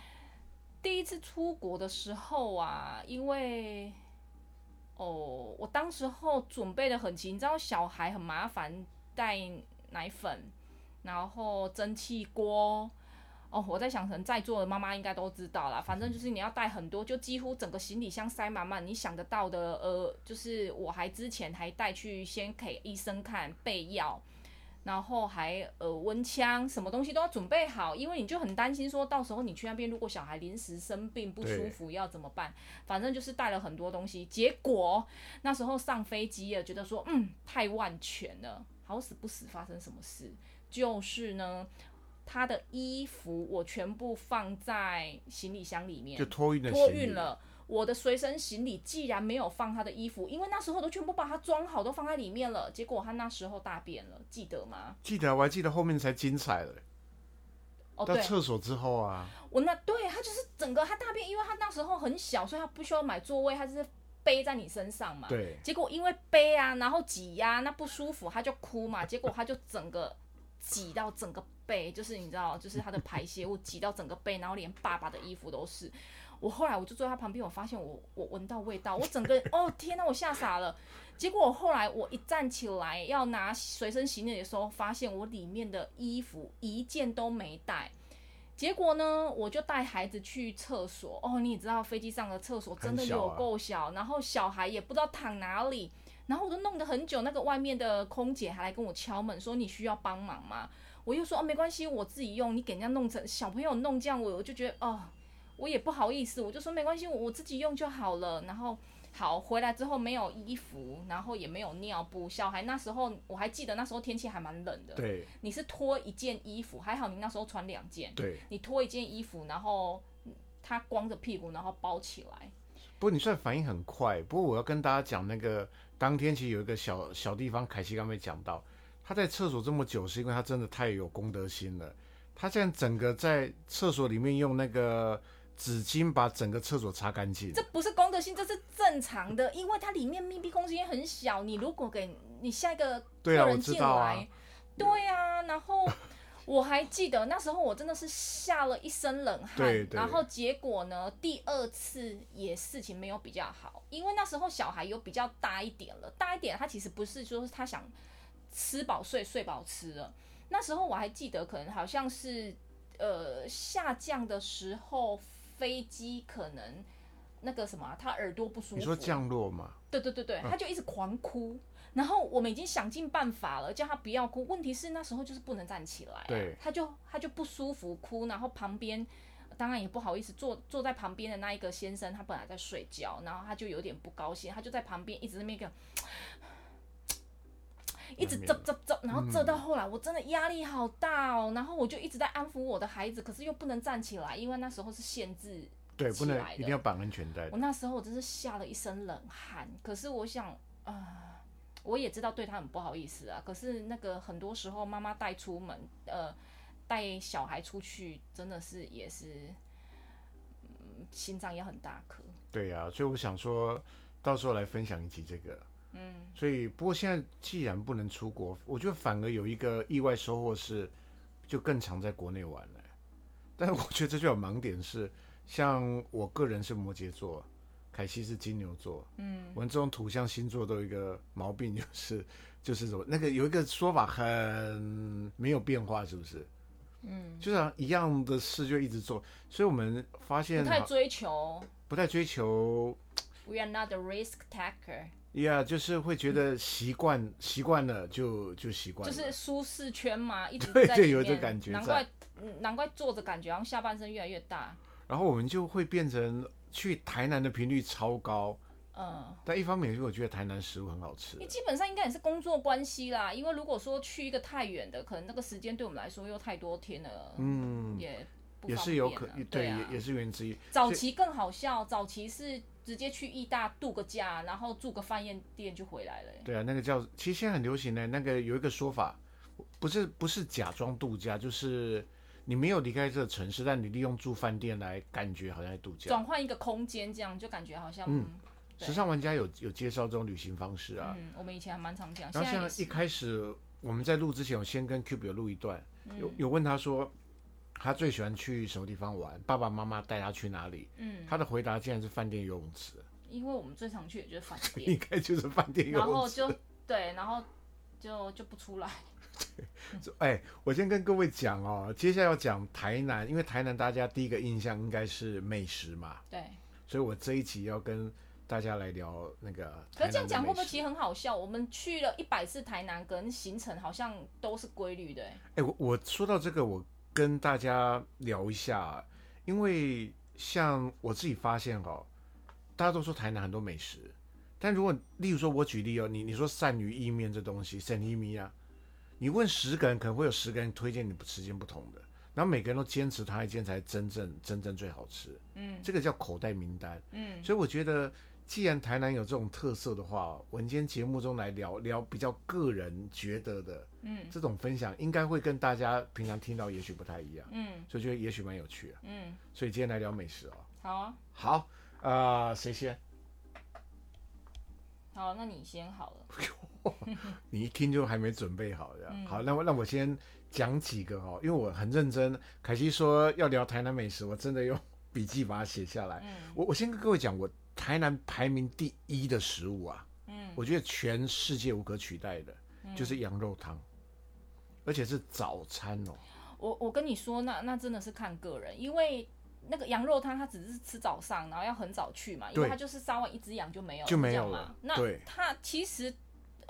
[SPEAKER 4] 第一次出国的时候啊，因为哦，我当时候准备的很勤，你知道小孩很麻烦，带奶粉，然后蒸汽锅。哦，我在想，可能在座的妈妈应该都知道啦。反正就是你要带很多，就几乎整个行李箱塞满满，你想得到的，呃，就是我还之前还带去先给医生看备药，然后还耳温枪，什么东西都要准备好，因为你就很担心说，到时候你去那边，如果小孩临时生病不舒服要怎么办？反正就是带了很多东西。结果那时候上飞机了，觉得说，嗯，太万全了，好死不死发生什么事？就是呢，他的衣服我全部放在行李箱里面，
[SPEAKER 1] 就托运的
[SPEAKER 4] 托
[SPEAKER 1] 行李
[SPEAKER 4] 运，了。我的随身行李既然没有放他的衣服，因为那时候都全部把它装好，都放在里面了。结果他那时候大便了，记得吗？
[SPEAKER 1] 记得啊我还记得后面才精彩了，
[SPEAKER 4] 哦，
[SPEAKER 1] 到
[SPEAKER 4] 对，
[SPEAKER 1] 厕所之后啊，
[SPEAKER 4] 我那对他就是整个他大便，因为他那时候很小，所以他不需要买座位，他就是背在你身上嘛。。
[SPEAKER 1] 对，
[SPEAKER 4] 结果因为背啊，然后挤呀、那不舒服，他就哭嘛。 结果他就整个挤到整个背，就是你知道，就是他的排泄物挤到整个背，然后连爸爸的衣服都是。我后来我就坐在他旁边，我发现我我闻到味道，我整个哦天呐，我吓傻了。结果我后来我一站起来要拿随身行李的时候，发现我里面的衣服一件都没带。结果呢，我就带孩子去厕所。哦，你也知道飞机上的厕所真的
[SPEAKER 1] 很小
[SPEAKER 4] 有
[SPEAKER 1] 啊
[SPEAKER 4] 够小，然后小啊孩也不知道躺哪里，然后我都弄得很久。那个外面的空姐还来跟我敲门说：“你需要帮忙吗？”我又说：“哦，没关系，我自己用。你给人家弄成小朋友弄这样，我我就觉得哦，我也不好意思，我就说没关系，我我自己用就好了。然后好回来之后没有衣服，然后也没有尿布。小孩那时候我还记得那时候天气还蛮冷的，
[SPEAKER 1] 对
[SPEAKER 4] 你是脱一件衣服，还好你那时候穿两件，
[SPEAKER 1] 对
[SPEAKER 4] 你脱一件衣服，然后他光着屁股然后包起来。
[SPEAKER 1] 不过你算反应很快。不过我要跟大家讲，那个当天其实有一个小小地方，凯西刚没讲到，他在厕所这么久，是因为他真的太有公德心了。他竟然整个在厕所里面用那个纸巾把整个厕所擦干净
[SPEAKER 4] 这。不是公德心，这是正常的，因为它里面密闭空间很小。你如果给你下一个客
[SPEAKER 1] 对啊
[SPEAKER 4] 人
[SPEAKER 1] 我知
[SPEAKER 4] 进
[SPEAKER 1] 道啊
[SPEAKER 4] 来，对啊，然后我还记得那时候我真的是吓了一身冷汗。
[SPEAKER 1] 对对
[SPEAKER 4] 然后结果呢，第二次也事情没有比较好，因为那时候小孩有比较大一点了，大一点他其实不是说他想吃饱睡，睡饱吃了。那时候我还记得，可能好像是呃下降的时候，飞机可能那个什么啊、他耳朵不舒服。
[SPEAKER 1] 你说降落嘛？
[SPEAKER 4] 对对对对，他就一直狂哭。然后我们已经想尽办法了，叫他不要哭。问题是那时候就是不能站起来、啊，
[SPEAKER 1] 对
[SPEAKER 4] 他就他就不舒服哭，然后旁边当然也不好意思坐坐在旁边的那一个先生，他本来在睡觉，然后他就有点不高兴，他就在旁边一直在那边给我一直
[SPEAKER 1] 难
[SPEAKER 4] 啧
[SPEAKER 1] 免
[SPEAKER 4] 啧啧，然后啧到后来我真的压力好大哦，然后我就一直在安抚我的孩子，可是又不能站起来，因为那时候是限制
[SPEAKER 1] 对，
[SPEAKER 4] 起
[SPEAKER 1] 不
[SPEAKER 4] 来
[SPEAKER 1] 能
[SPEAKER 4] 的
[SPEAKER 1] 一定要绑安全带
[SPEAKER 4] 我。那时候我真是吓了一身冷汗。可是我想，啊、我也知道对他很不好意思啊。可是那个很多时候妈妈带出门，呃，带小孩出去，真的是也是，嗯，心脏也很大颗。
[SPEAKER 1] 对呀、所以我想说，到时候来分享一集这个。
[SPEAKER 4] 嗯，
[SPEAKER 1] 所以，不过现在既然不能出国，我觉得反而有一个意外收获是，就更常在国内玩了。但是我觉得这就有盲点是，像我个人是摩羯座，凯西是金牛座，嗯，我们这种土象星座都有一个毛病，就是就是什么那个有一个说法很没有变化，是不是？嗯，就是、啊、一样的事就一直做，所以我们发现
[SPEAKER 4] 不太
[SPEAKER 1] 好
[SPEAKER 4] 追求
[SPEAKER 1] 不太追求
[SPEAKER 4] ，We are not the risk taker，
[SPEAKER 1] 呀就是会觉得习惯习惯了就就习惯
[SPEAKER 4] 就
[SPEAKER 1] 了，
[SPEAKER 4] 是舒适圈嘛，一直
[SPEAKER 1] 对
[SPEAKER 4] 在
[SPEAKER 1] 对
[SPEAKER 4] 里
[SPEAKER 1] 有这
[SPEAKER 4] 面
[SPEAKER 1] 感觉
[SPEAKER 4] 难
[SPEAKER 1] 在
[SPEAKER 4] 怪嗯难怪坐着感觉好像下半身越来越大。
[SPEAKER 1] 然后我们就会变成去台南的频率超高。
[SPEAKER 4] 嗯，
[SPEAKER 1] 但一方面也是我觉得台南食物很好吃
[SPEAKER 4] 你，基本上应该也是工作关系啦，因为如果说去一个太远的，可能那个时间对我们来说又太多天了，
[SPEAKER 1] 嗯，
[SPEAKER 4] 也不
[SPEAKER 1] 也
[SPEAKER 4] 方
[SPEAKER 1] 是有
[SPEAKER 4] 便
[SPEAKER 1] 可
[SPEAKER 4] 啊
[SPEAKER 1] 对，
[SPEAKER 4] 对啊，
[SPEAKER 1] 也也是原因之一。
[SPEAKER 4] 早期更好笑，早期是直接去义大度个假，然后住个饭店店就回来了、欸
[SPEAKER 1] 对啊，那个叫其实现在很流行的那个有一个说法，不是不是假装度假，就是你没有离开这个城市，但你利用住饭店来感觉好像在度假。
[SPEAKER 4] 转换一个空间，这样就感觉好像嗯对
[SPEAKER 1] 时尚玩家有有介绍这种旅行方式啊，
[SPEAKER 4] 嗯，我们以前还蛮常讲，
[SPEAKER 1] 然
[SPEAKER 4] 现
[SPEAKER 1] 后
[SPEAKER 4] 在也
[SPEAKER 1] 像一
[SPEAKER 4] 是
[SPEAKER 1] 开始我们在录之前，我先跟 Cube 有录一段，
[SPEAKER 4] 嗯
[SPEAKER 1] 有有问他说他最喜欢去什么地方玩，爸爸妈妈带他去哪里，
[SPEAKER 4] 嗯，
[SPEAKER 1] 他的回答竟然是饭店游泳池，
[SPEAKER 4] 因为我们最常去也就是饭 店，
[SPEAKER 1] 应 该就是饭店游
[SPEAKER 4] 然后
[SPEAKER 1] 泳池。
[SPEAKER 4] 就对，然后就就不出来，
[SPEAKER 1] 哎，我先跟各位讲哦，接下来要讲台南，因为台南大家第一个印象应该是美食嘛，
[SPEAKER 4] 对。
[SPEAKER 1] 所以我这一集要跟大家来聊那个
[SPEAKER 4] 可
[SPEAKER 1] 台南的
[SPEAKER 4] 是
[SPEAKER 1] 美食。
[SPEAKER 4] 这样讲会不会其实很好笑？我们去了一百次台南，跟行程好像都是规律的、欸。
[SPEAKER 1] 哎、我我说到这个，我跟大家聊一下，啊因为像我自己发现哦，大家都说台南很多美食，但如果例如说我举例哦，你你说鳝鱼意面这东西，鳝鱼米啊，你问十个人，可能会有十个人推荐你时间不同的，然后每个人都坚持他一间才真正真正最好吃，
[SPEAKER 4] 嗯
[SPEAKER 1] 这个叫口袋名单。
[SPEAKER 4] 嗯，
[SPEAKER 1] 所以我觉得，既然台南有这种特色的话，哦我们今天节目中来聊聊比较个人觉得的，
[SPEAKER 4] 嗯，
[SPEAKER 1] 这种分享应该会跟大家平常听到也许不太一样，
[SPEAKER 4] 嗯
[SPEAKER 1] 所以觉得也许蛮有趣的。
[SPEAKER 4] 嗯，
[SPEAKER 1] 所以今天来聊美食哦。
[SPEAKER 4] 好啊，
[SPEAKER 1] 好，呃，谁先？
[SPEAKER 4] 好，啊那你先好了。
[SPEAKER 1] 你一听就还没准备好的。好，那我那我先讲几个哦，因为我很认真。凯西说要聊台南美食，我真的用笔记把它写下来。
[SPEAKER 4] 嗯
[SPEAKER 1] 我我先跟各位讲，我台南排名第一的食物啊，
[SPEAKER 4] 嗯
[SPEAKER 1] 我觉得全世界无可取代的，就是羊肉汤，而且是早餐哦。
[SPEAKER 4] 我我跟你说，那那真的是看个人，因为那个羊肉汤它只是吃早上，然后要很早去嘛，因为
[SPEAKER 1] 对
[SPEAKER 4] 它就是杀完一只羊就没有
[SPEAKER 1] 就没有
[SPEAKER 4] 这样嘛
[SPEAKER 1] 了。
[SPEAKER 4] 那
[SPEAKER 1] 对
[SPEAKER 4] 它其实。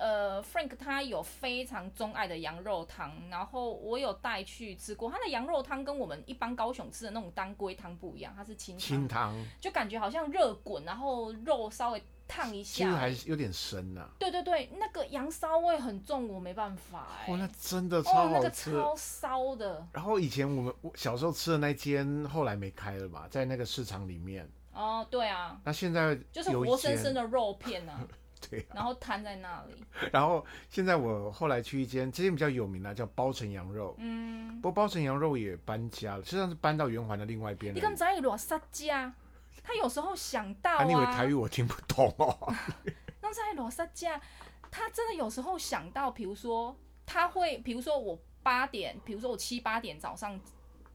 [SPEAKER 4] 呃，Frank 他有非常钟爱的羊肉汤，然后我有带去吃过。他的羊肉汤跟我们一般高雄吃的那种当归汤不一样，它是清汤
[SPEAKER 1] 清汤，
[SPEAKER 4] 就感觉好像热滚，然后肉稍微烫一
[SPEAKER 1] 其实
[SPEAKER 4] 下
[SPEAKER 1] 还。是有点啊深呐、
[SPEAKER 4] 对对对，那个羊骚味很重，我没办法哎、
[SPEAKER 1] 哇，那真的超
[SPEAKER 4] 哦，那
[SPEAKER 1] 好
[SPEAKER 4] 个
[SPEAKER 1] 吃。
[SPEAKER 4] 超骚的
[SPEAKER 1] 然后以前我们我小时候吃的那间后来没开了嘛，在那个市场里面。
[SPEAKER 4] 哦，对啊，
[SPEAKER 1] 那现在
[SPEAKER 4] 就是
[SPEAKER 1] 有一
[SPEAKER 4] 活生生
[SPEAKER 1] 间
[SPEAKER 4] 的肉片啊，
[SPEAKER 1] 对，
[SPEAKER 4] 然后摊在那里。
[SPEAKER 1] 然后现在我后来去一间，这间比较有名啦，叫包城羊肉。
[SPEAKER 4] 嗯
[SPEAKER 1] 不，过包城羊肉也搬家了，实际上是搬到圆环的另外一边
[SPEAKER 4] 你
[SPEAKER 1] 了。
[SPEAKER 4] 刚才有罗撒家，他有时候想到
[SPEAKER 1] 啊，
[SPEAKER 4] 啊，
[SPEAKER 1] 你以为台语我听不懂哦？
[SPEAKER 4] 刚才罗萨家，啊他真的有时候想到，比如说他会，比如说我八点，比如说我七八点早上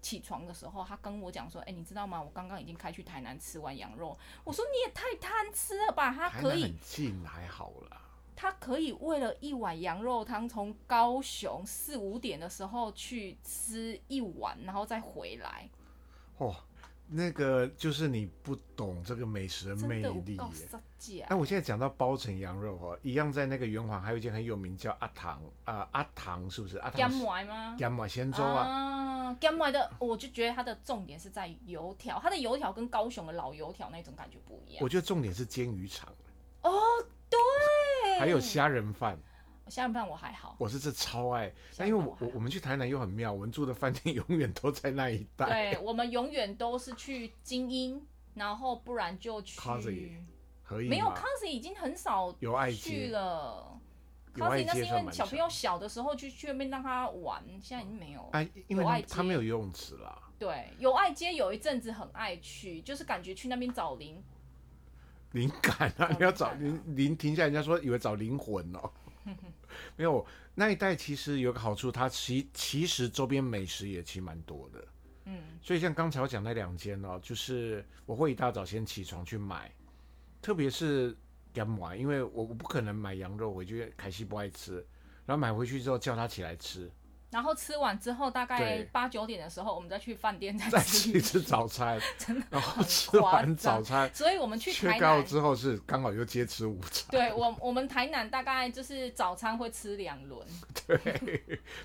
[SPEAKER 4] 起床的时候，他跟我讲说，哎、你知道吗？我刚刚已经开去台南吃完羊肉。我说你也太贪吃了吧！ 他
[SPEAKER 1] 台
[SPEAKER 4] 可
[SPEAKER 1] 南
[SPEAKER 4] 以
[SPEAKER 1] 很，近，还好啦。
[SPEAKER 4] 他可以为了一碗羊肉汤，从高雄四五点的时候去吃一碗，然后再回来。
[SPEAKER 1] 哦，那个就是你不懂这个美食的
[SPEAKER 4] 真
[SPEAKER 1] 魅
[SPEAKER 4] 的，我哦
[SPEAKER 1] 力
[SPEAKER 4] 告
[SPEAKER 1] 耶。
[SPEAKER 4] 诉姐
[SPEAKER 1] 哎那，我现在讲到包城羊肉哦，一样在那个圆环还有一间很有名叫阿唐啊、阿唐是不是？阿
[SPEAKER 4] 干
[SPEAKER 1] 唐是
[SPEAKER 4] 完吗？
[SPEAKER 1] 干嘛鲜粥啊？
[SPEAKER 4] 啊，干麦的，我就觉得它的重点是在于油条，它的油条跟高雄的老油条那种感觉不一样
[SPEAKER 1] 我。觉得重点是煎鱼肠，
[SPEAKER 4] 哦，对，
[SPEAKER 1] 还有虾仁饭，
[SPEAKER 4] 虾仁饭我还好，
[SPEAKER 1] 我是这超爱。
[SPEAKER 4] 虾
[SPEAKER 1] 但
[SPEAKER 4] 仁
[SPEAKER 1] 因
[SPEAKER 4] 饭
[SPEAKER 1] 为我
[SPEAKER 4] 还
[SPEAKER 1] 我
[SPEAKER 4] 好
[SPEAKER 1] 我们去台南又很妙，我们住的饭店 永远都在那一带。
[SPEAKER 4] 对我们永远都是去精英，然后不然就去
[SPEAKER 1] Kazi 合影
[SPEAKER 4] 没有
[SPEAKER 1] 吗
[SPEAKER 4] cos 已经很少
[SPEAKER 1] 有爱
[SPEAKER 4] 去
[SPEAKER 1] 街，
[SPEAKER 4] 了。
[SPEAKER 1] 有爱
[SPEAKER 4] cos 那
[SPEAKER 1] 街
[SPEAKER 4] 是因
[SPEAKER 1] 算
[SPEAKER 4] 为
[SPEAKER 1] 蛮
[SPEAKER 4] 小
[SPEAKER 1] 强。
[SPEAKER 4] 朋友小的时候去去那边让他玩，现在已经没有。
[SPEAKER 1] 啊，因为
[SPEAKER 4] 有
[SPEAKER 1] 他
[SPEAKER 4] 爱
[SPEAKER 1] 他
[SPEAKER 4] 街
[SPEAKER 1] 们有游泳池啦。
[SPEAKER 4] 对，友爱街有一阵子很爱去，就是感觉去那边找零
[SPEAKER 1] 灵感啊！
[SPEAKER 4] 找
[SPEAKER 1] 你要找
[SPEAKER 4] 灵感
[SPEAKER 1] 灵灵，停下来人家说以为找灵魂 哦。没有那一带其实有个好处，它其其实周边美食也其实蛮多的。
[SPEAKER 4] 嗯，
[SPEAKER 1] 所以像刚才我讲那两间哦，就是我会一大早先起床去买，特别是羊丸，因为我我不可能买羊肉回去，凯西不爱吃，然后买回去之后叫他起来吃，
[SPEAKER 4] 然后吃完之后，大概
[SPEAKER 1] 对
[SPEAKER 4] 八九点的时候，我们再去饭店 再
[SPEAKER 1] 再
[SPEAKER 4] 吃
[SPEAKER 1] 去。吃早餐，
[SPEAKER 4] 真的
[SPEAKER 1] 然后
[SPEAKER 4] 很
[SPEAKER 1] 吃
[SPEAKER 4] 夸
[SPEAKER 1] 完早
[SPEAKER 4] 张
[SPEAKER 1] 餐
[SPEAKER 4] 所以我们去
[SPEAKER 1] 缺
[SPEAKER 4] 台
[SPEAKER 1] 高
[SPEAKER 4] 南，
[SPEAKER 1] 之后是刚好又接吃午 餐。
[SPEAKER 4] 对我我们台南大概就是早餐会吃两轮，
[SPEAKER 1] 对，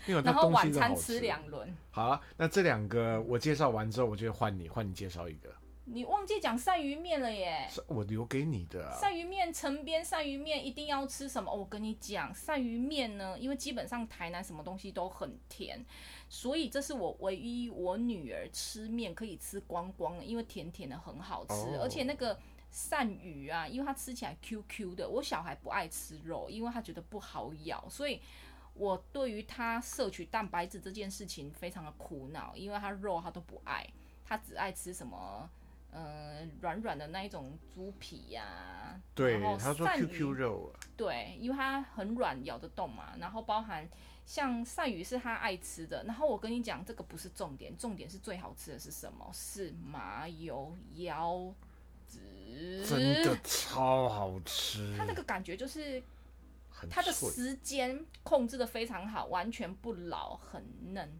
[SPEAKER 1] 没 有，那
[SPEAKER 4] 然后
[SPEAKER 1] 东西
[SPEAKER 4] 晚
[SPEAKER 1] 真的
[SPEAKER 4] 餐
[SPEAKER 1] 好吃
[SPEAKER 4] 吃两轮。
[SPEAKER 1] 好啊，那这两个我介绍完之后，我就换你，换你介绍一个，
[SPEAKER 4] 你忘记讲鳝鱼面了耶！
[SPEAKER 1] 是我留给你的、啊。
[SPEAKER 4] 鳝鱼面，城边鳝鱼面一定要吃什么？哦我跟你讲，鳝鱼面呢，因为基本上台南什么东西都很甜，所以这是我唯一我女儿吃面可以吃光光的，因为甜甜的很好吃，
[SPEAKER 1] 哦
[SPEAKER 4] 而且那个。鳝鱼啊，因为它吃起来 Q Q 的，我小孩不爱吃肉，因为他觉得不好咬，所以我对于他摄取蛋白质这件事情非常的苦恼，因为他肉他都不爱，他只爱吃什么呃软软的那一种猪皮呀、
[SPEAKER 1] 对
[SPEAKER 4] 然后，
[SPEAKER 1] 他说
[SPEAKER 4] 鳝鱼
[SPEAKER 1] QQ 肉啊，
[SPEAKER 4] 对，因为它很软，咬得动嘛。然后包含像鳝鱼是他爱吃的。然后我跟你讲，这个不是重点，重点是最好吃的是什么？是麻油腰子，
[SPEAKER 1] 真的超好吃。
[SPEAKER 4] 它那个感觉就是
[SPEAKER 1] 很
[SPEAKER 4] 它的
[SPEAKER 1] 脆
[SPEAKER 4] 时间控制的非常好，完全不老，很嫩。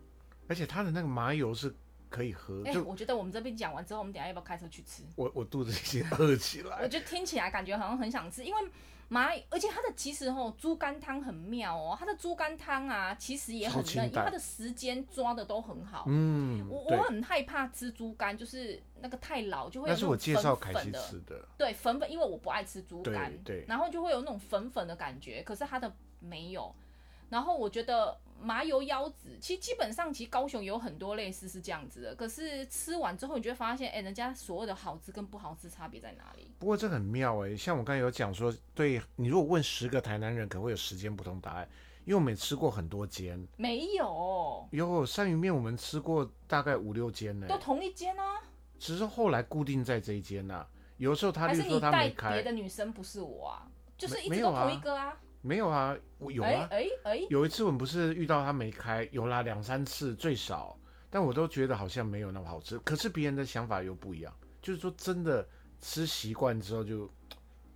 [SPEAKER 1] 而且它的那个麻油是可以喝，
[SPEAKER 4] 哎、
[SPEAKER 1] 就
[SPEAKER 4] 我觉得我们这边讲完之后，我们等一下要不要开车去吃？
[SPEAKER 1] 我我肚子已经饿起
[SPEAKER 4] 我
[SPEAKER 1] 来。
[SPEAKER 4] 就听起来感觉好像很想吃，因为麻，而且它的其实哦，猪肝汤很妙哦，它的猪肝汤啊，其实也很
[SPEAKER 1] 超清
[SPEAKER 4] 嫩，因为
[SPEAKER 1] 淡
[SPEAKER 4] 它的时间抓的都很好。
[SPEAKER 1] 嗯
[SPEAKER 4] 我，我
[SPEAKER 1] 对，
[SPEAKER 4] 很害怕吃猪肝，就是那个太老就会有
[SPEAKER 1] 那
[SPEAKER 4] 那
[SPEAKER 1] 是
[SPEAKER 4] 种
[SPEAKER 1] 我介绍凯
[SPEAKER 4] 粉粉
[SPEAKER 1] 西
[SPEAKER 4] 的，
[SPEAKER 1] 吃的，
[SPEAKER 4] 对粉粉，因为我不爱吃猪肝，
[SPEAKER 1] 对对
[SPEAKER 4] 然后就会有那种粉粉的感觉，可是它的没有。然后我觉得麻油腰子，其实基本上其实高雄有很多类似是这样子的，可是吃完之后你就会发现，哎，人家所谓的好吃跟不好吃差别在哪里？
[SPEAKER 1] 不过这很妙哎、像我刚才有讲说，对你如果问十个台南人，可能会有十间不同答案，因为我们也吃过很多间，
[SPEAKER 4] 没有，
[SPEAKER 1] 有鳝鱼面我们吃过大概五六间呢、
[SPEAKER 4] 都同一间啊，
[SPEAKER 1] 只是后来固定在这一间呐、有的时候他
[SPEAKER 4] 还
[SPEAKER 1] 就是说
[SPEAKER 4] 你
[SPEAKER 1] 他
[SPEAKER 4] 带
[SPEAKER 1] 没
[SPEAKER 4] 别
[SPEAKER 1] 开
[SPEAKER 4] 的，女生不是我啊？就是一
[SPEAKER 1] 没没
[SPEAKER 4] 直都
[SPEAKER 1] 有啊
[SPEAKER 4] 同一个啊？
[SPEAKER 1] 没有啊，我有啊，
[SPEAKER 4] 哎哎哎，
[SPEAKER 1] 有一次我们不是遇到他没开，有啦两三次最少，但我都觉得好像没有那么好吃。可是别人的想法又不一样，就是说真的吃习惯之后就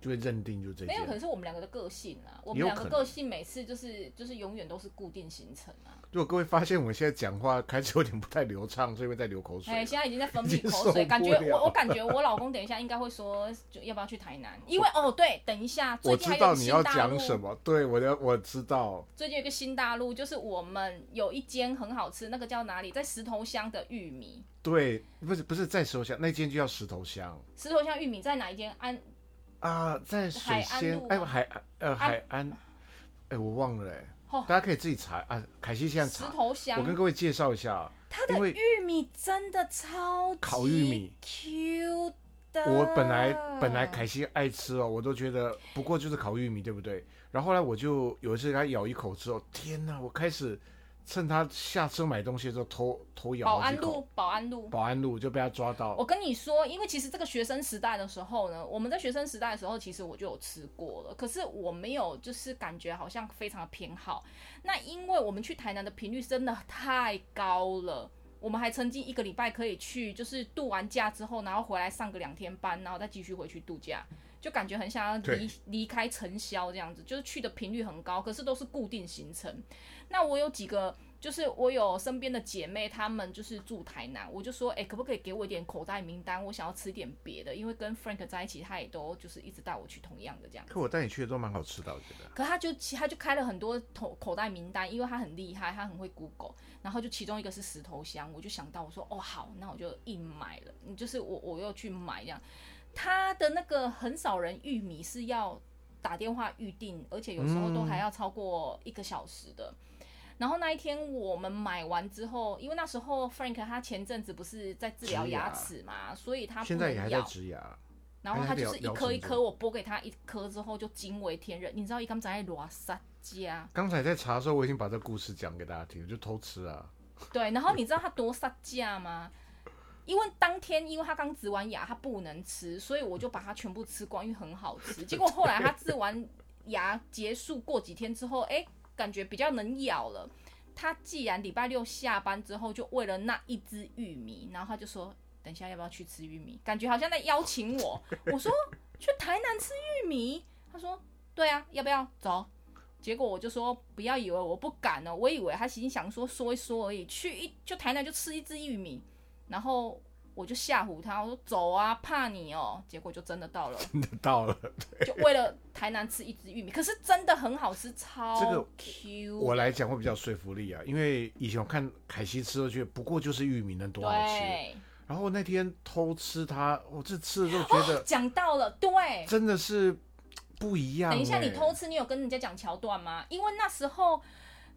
[SPEAKER 1] 就会认定就这
[SPEAKER 4] 没有，可能
[SPEAKER 1] 间。
[SPEAKER 4] 是我们两个的个性啊，我
[SPEAKER 1] 也
[SPEAKER 4] 们
[SPEAKER 1] 有
[SPEAKER 4] 两
[SPEAKER 1] 可
[SPEAKER 4] 个
[SPEAKER 1] 能
[SPEAKER 4] 个性每次就是就是永远都是固定行程啊。
[SPEAKER 1] 如果各位发现我现在讲话开始有点不太流畅， 所以会在流口水啊
[SPEAKER 4] 哎，
[SPEAKER 1] 了。
[SPEAKER 4] 现在已经在分
[SPEAKER 1] 已
[SPEAKER 4] 泌
[SPEAKER 1] 经
[SPEAKER 4] 口
[SPEAKER 1] 受
[SPEAKER 4] 水，
[SPEAKER 1] 不
[SPEAKER 4] 感觉
[SPEAKER 1] 了
[SPEAKER 4] 我我感觉我老公等一下应该会说，就要不要去台南？因为哦，对，等一下，最
[SPEAKER 1] 我
[SPEAKER 4] 近
[SPEAKER 1] 知
[SPEAKER 4] 还有
[SPEAKER 1] 道
[SPEAKER 4] 一个
[SPEAKER 1] 你
[SPEAKER 4] 新
[SPEAKER 1] 要
[SPEAKER 4] 大陆
[SPEAKER 1] 讲什么，对我的我知道，
[SPEAKER 4] 最近有一个新大陆，就是我们有一间很好吃，那个叫哪里？在石头乡的玉米，
[SPEAKER 1] 对，不是不是在石头巷那间就叫石头巷，
[SPEAKER 4] 石头乡玉米在哪一间？安
[SPEAKER 1] 啊，在水
[SPEAKER 4] 海岸
[SPEAKER 1] 仙
[SPEAKER 4] 路啊
[SPEAKER 1] 哎
[SPEAKER 4] 吗
[SPEAKER 1] 海呃海岸，哎我忘了哎
[SPEAKER 4] 哦，
[SPEAKER 1] 大家可以自己查啊。凯西现在
[SPEAKER 4] 石
[SPEAKER 1] 查，
[SPEAKER 4] 头香
[SPEAKER 1] 我，跟各位介绍一下，啊
[SPEAKER 4] 它
[SPEAKER 1] 因
[SPEAKER 4] 的
[SPEAKER 1] 为
[SPEAKER 4] 玉米真的超级
[SPEAKER 1] 烤玉米
[SPEAKER 4] Q 的。
[SPEAKER 1] 我本来本来凯西爱吃哦，我都觉得不过就是烤玉米，对不对？然后后来我就有一次给它咬一口之后，天哪！我开始趁它下车买东西的时候偷偷咬
[SPEAKER 4] 保
[SPEAKER 1] 好
[SPEAKER 4] 安
[SPEAKER 1] 几口。
[SPEAKER 4] 路，保安路。
[SPEAKER 1] 保安路就被他抓到
[SPEAKER 4] 我，跟你说，因为其实这个学生时代的时候呢，我们在学生时代的时候，其实我就有吃过了，可是我没有就是感觉好像非常的偏好。那因为我们去台南的频率真的太高了。我们还曾经一个礼拜可以去，就是度完假之后，然后回来上个两天班，然后再继续回去度假，就感觉很想要
[SPEAKER 1] 对
[SPEAKER 4] 离离开尘嚣这样子，就是去的频率很高，可是都是固定行程。那我有几个，就是我有身边的姐妹，她们就是住台南，我就说，哎、可不可以给我一点口袋名单？我想要吃点别的，因为跟 Frank 在一起，他也都就是一直带我去同样的这样。
[SPEAKER 1] 可我带你去的都蛮好吃的，我觉得。
[SPEAKER 4] 可他就其他就开了很多口口袋名单，因为他很厉害，他很会 Google。然后就其中一个是石头香，我就想到我说哦好，那我就硬买了，嗯就是我我又去买这样。他的那个很少人玉米是要打电话预定，而且有时候都还要超过一个小时的。然后那一天我们买完之后，因为那时候 Frank 他前阵子不是在治疗
[SPEAKER 1] 植牙
[SPEAKER 4] 牙齿嘛，所以他不
[SPEAKER 1] 现在也
[SPEAKER 4] 能
[SPEAKER 1] 还在啊
[SPEAKER 4] 咬
[SPEAKER 1] 植牙，
[SPEAKER 4] 然后它就是一颗
[SPEAKER 1] 还
[SPEAKER 4] 一
[SPEAKER 1] 是疗疗程
[SPEAKER 4] 颗，我剥给他一颗之后就惊为天人。你知道一刚才罗萨加
[SPEAKER 1] 刚才在查的时候，我已经把这故事讲给大家听，我就偷吃啊。
[SPEAKER 4] 对，然后你知道它多萨加吗？因为当天因为他刚植完牙，他不能吃，所以我就把它全部吃光，因为很好吃。结果后来他植完牙结束过几天之后，哎，感觉比较能咬了。他既然礼拜六下班之后就为了那一只玉米，然后他就说等一下要不要去吃玉米，感觉好像在邀请我。我说去台南吃玉米，他说对啊，要不要走？结果我就说不要以为我不敢哦，我以为他心想说说一说而已，去一就台南就吃一只玉米，然后我就吓唬他，我说走啊，怕你哦。结果就真 的到了，
[SPEAKER 1] 到了，
[SPEAKER 4] 就为了台南吃一只玉米，可是真的很好吃，超
[SPEAKER 1] 这个
[SPEAKER 4] Q。
[SPEAKER 1] 我来讲会比较说服力啊，因为以前我看凯西吃，我觉得不过就是玉米能多好吃。
[SPEAKER 4] 对，
[SPEAKER 1] 然后那天偷吃它，我这吃的时候觉得
[SPEAKER 4] 讲到了，对。
[SPEAKER 1] 真的是不一样欸、
[SPEAKER 4] 等一下，你偷吃，你有跟人家讲桥段吗？因为那时候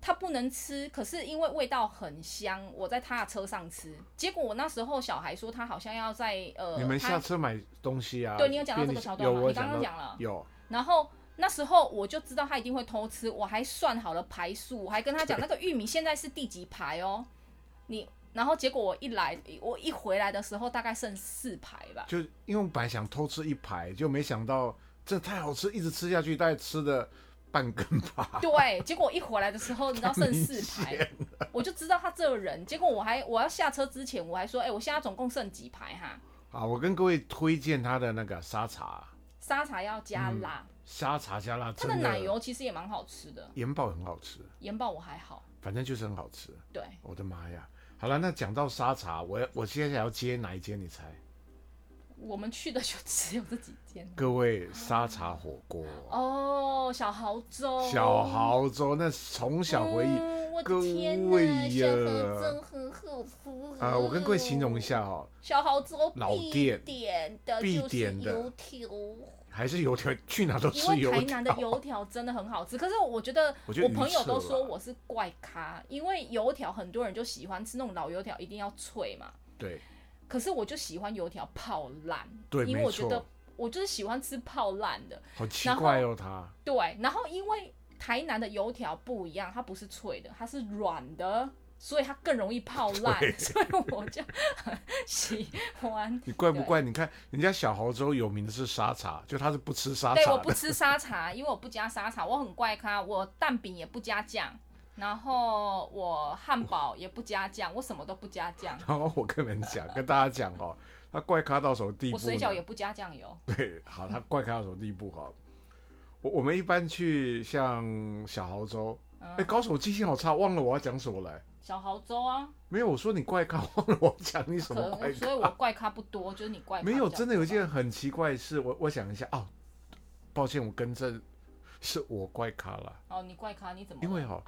[SPEAKER 4] 他不能吃，可是因为味道很香，我在他的车上吃。结果我那时候小孩说他好像要在呃，
[SPEAKER 1] 你们
[SPEAKER 4] 他
[SPEAKER 1] 下车买东西啊？
[SPEAKER 4] 对你有讲到这
[SPEAKER 1] 便
[SPEAKER 4] 个
[SPEAKER 1] 利
[SPEAKER 4] 桥段吗
[SPEAKER 1] 有我
[SPEAKER 4] 你刚刚
[SPEAKER 1] 到
[SPEAKER 4] 讲了
[SPEAKER 1] 有，
[SPEAKER 4] 然后那时候我就知道他一定会偷吃，我还算好了排数，我还跟他讲那个玉米现在是第几排哦，你。然后结果我一来，我一回来的时候大概剩四排吧，
[SPEAKER 1] 就因为我本来想偷吃一排，就没想到这太好吃，一直吃下去，大概吃的半根吧。
[SPEAKER 4] 对，结果我一回来的时候，你知道剩四排，我就知道他这个人。结果我还我要下车之前，我还说，哎、我现在总共剩几排哈？
[SPEAKER 1] 啊，我跟各位推荐它的那个沙茶，
[SPEAKER 4] 沙茶要加辣，
[SPEAKER 1] 沙茶加辣，
[SPEAKER 4] 它
[SPEAKER 1] 嗯真
[SPEAKER 4] 的奶油其实也蛮好吃的，
[SPEAKER 1] 盐爆很好吃，
[SPEAKER 4] 盐爆我还好。
[SPEAKER 1] 反正就是很好吃。
[SPEAKER 4] 对，
[SPEAKER 1] 我的妈呀！好了，那讲到沙茶，我要我接下来要接哪一间？你猜？
[SPEAKER 4] 我们去的就只有这几间。
[SPEAKER 1] 各位，沙茶火锅，
[SPEAKER 4] 哦，小豪粥，
[SPEAKER 1] 小豪粥，那从小回忆。
[SPEAKER 4] 嗯我
[SPEAKER 1] 各
[SPEAKER 4] 的天
[SPEAKER 1] 位
[SPEAKER 4] 呐，小
[SPEAKER 1] 呀
[SPEAKER 4] 豪粥很好吃
[SPEAKER 1] 啊、我跟各位形容一
[SPEAKER 4] 下，
[SPEAKER 1] 下哦，
[SPEAKER 4] 小豪粥
[SPEAKER 1] 老
[SPEAKER 4] 必
[SPEAKER 1] 店
[SPEAKER 4] 点的
[SPEAKER 1] 必
[SPEAKER 4] 就是
[SPEAKER 1] 点的
[SPEAKER 4] 油条。
[SPEAKER 1] 还是油条，去哪都
[SPEAKER 4] 因
[SPEAKER 1] 吃
[SPEAKER 4] 为
[SPEAKER 1] 油
[SPEAKER 4] 台
[SPEAKER 1] 条
[SPEAKER 4] 南。的油条真的很好吃，可是我觉得
[SPEAKER 1] 我觉得
[SPEAKER 4] 朋友都
[SPEAKER 1] 鱼翅吧
[SPEAKER 4] 说我是怪咖，因为油条很多人就喜欢吃那种老油条，一定要脆嘛。
[SPEAKER 1] 对，
[SPEAKER 4] 可是我就喜欢油条泡烂，
[SPEAKER 1] 对
[SPEAKER 4] 因为
[SPEAKER 1] 没
[SPEAKER 4] 我觉
[SPEAKER 1] 错
[SPEAKER 4] 得我就是喜欢吃泡烂的，
[SPEAKER 1] 好奇
[SPEAKER 4] 然后
[SPEAKER 1] 怪哦，它
[SPEAKER 4] 对。然后因为台南的油条不一样，它不是脆的，它是软的。所以它更容易泡烂，所以我就很喜欢。
[SPEAKER 1] 你怪不
[SPEAKER 4] 对
[SPEAKER 1] 怪？你看人家小豪州有名的是沙茶，就他是不吃沙
[SPEAKER 4] 对，
[SPEAKER 1] 茶
[SPEAKER 4] 我不
[SPEAKER 1] 的。
[SPEAKER 4] 吃沙茶，因为我不加沙茶，我很怪咖，我蛋饼也不加酱，然后我汉堡也不加 酱，我什么都不加酱，
[SPEAKER 1] 然后我跟人讲，跟大家讲哦，他怪咖到什么地步
[SPEAKER 4] 我
[SPEAKER 1] 呢？
[SPEAKER 4] 水饺也不加酱油。
[SPEAKER 1] 对，好，他怪咖到什么地步哈？我我们一般去像小豪州，哎、
[SPEAKER 4] 嗯，
[SPEAKER 1] 高手记性好差，忘了我要讲什么了。
[SPEAKER 4] 小豪粥啊，
[SPEAKER 1] 没有，我说你怪咖， 忘了我讲你什
[SPEAKER 4] 可
[SPEAKER 1] 么怪
[SPEAKER 4] 能
[SPEAKER 1] 咖
[SPEAKER 4] 所以。我怪咖不多，就是你怪咖
[SPEAKER 1] 没有，
[SPEAKER 4] 比较
[SPEAKER 1] 真的有一
[SPEAKER 4] 多吧
[SPEAKER 1] 件很奇怪的事，我我想一下哦，抱歉，我更正，是我怪咖啦，
[SPEAKER 4] 哦，你怪咖你怎么了？
[SPEAKER 1] 因为哦，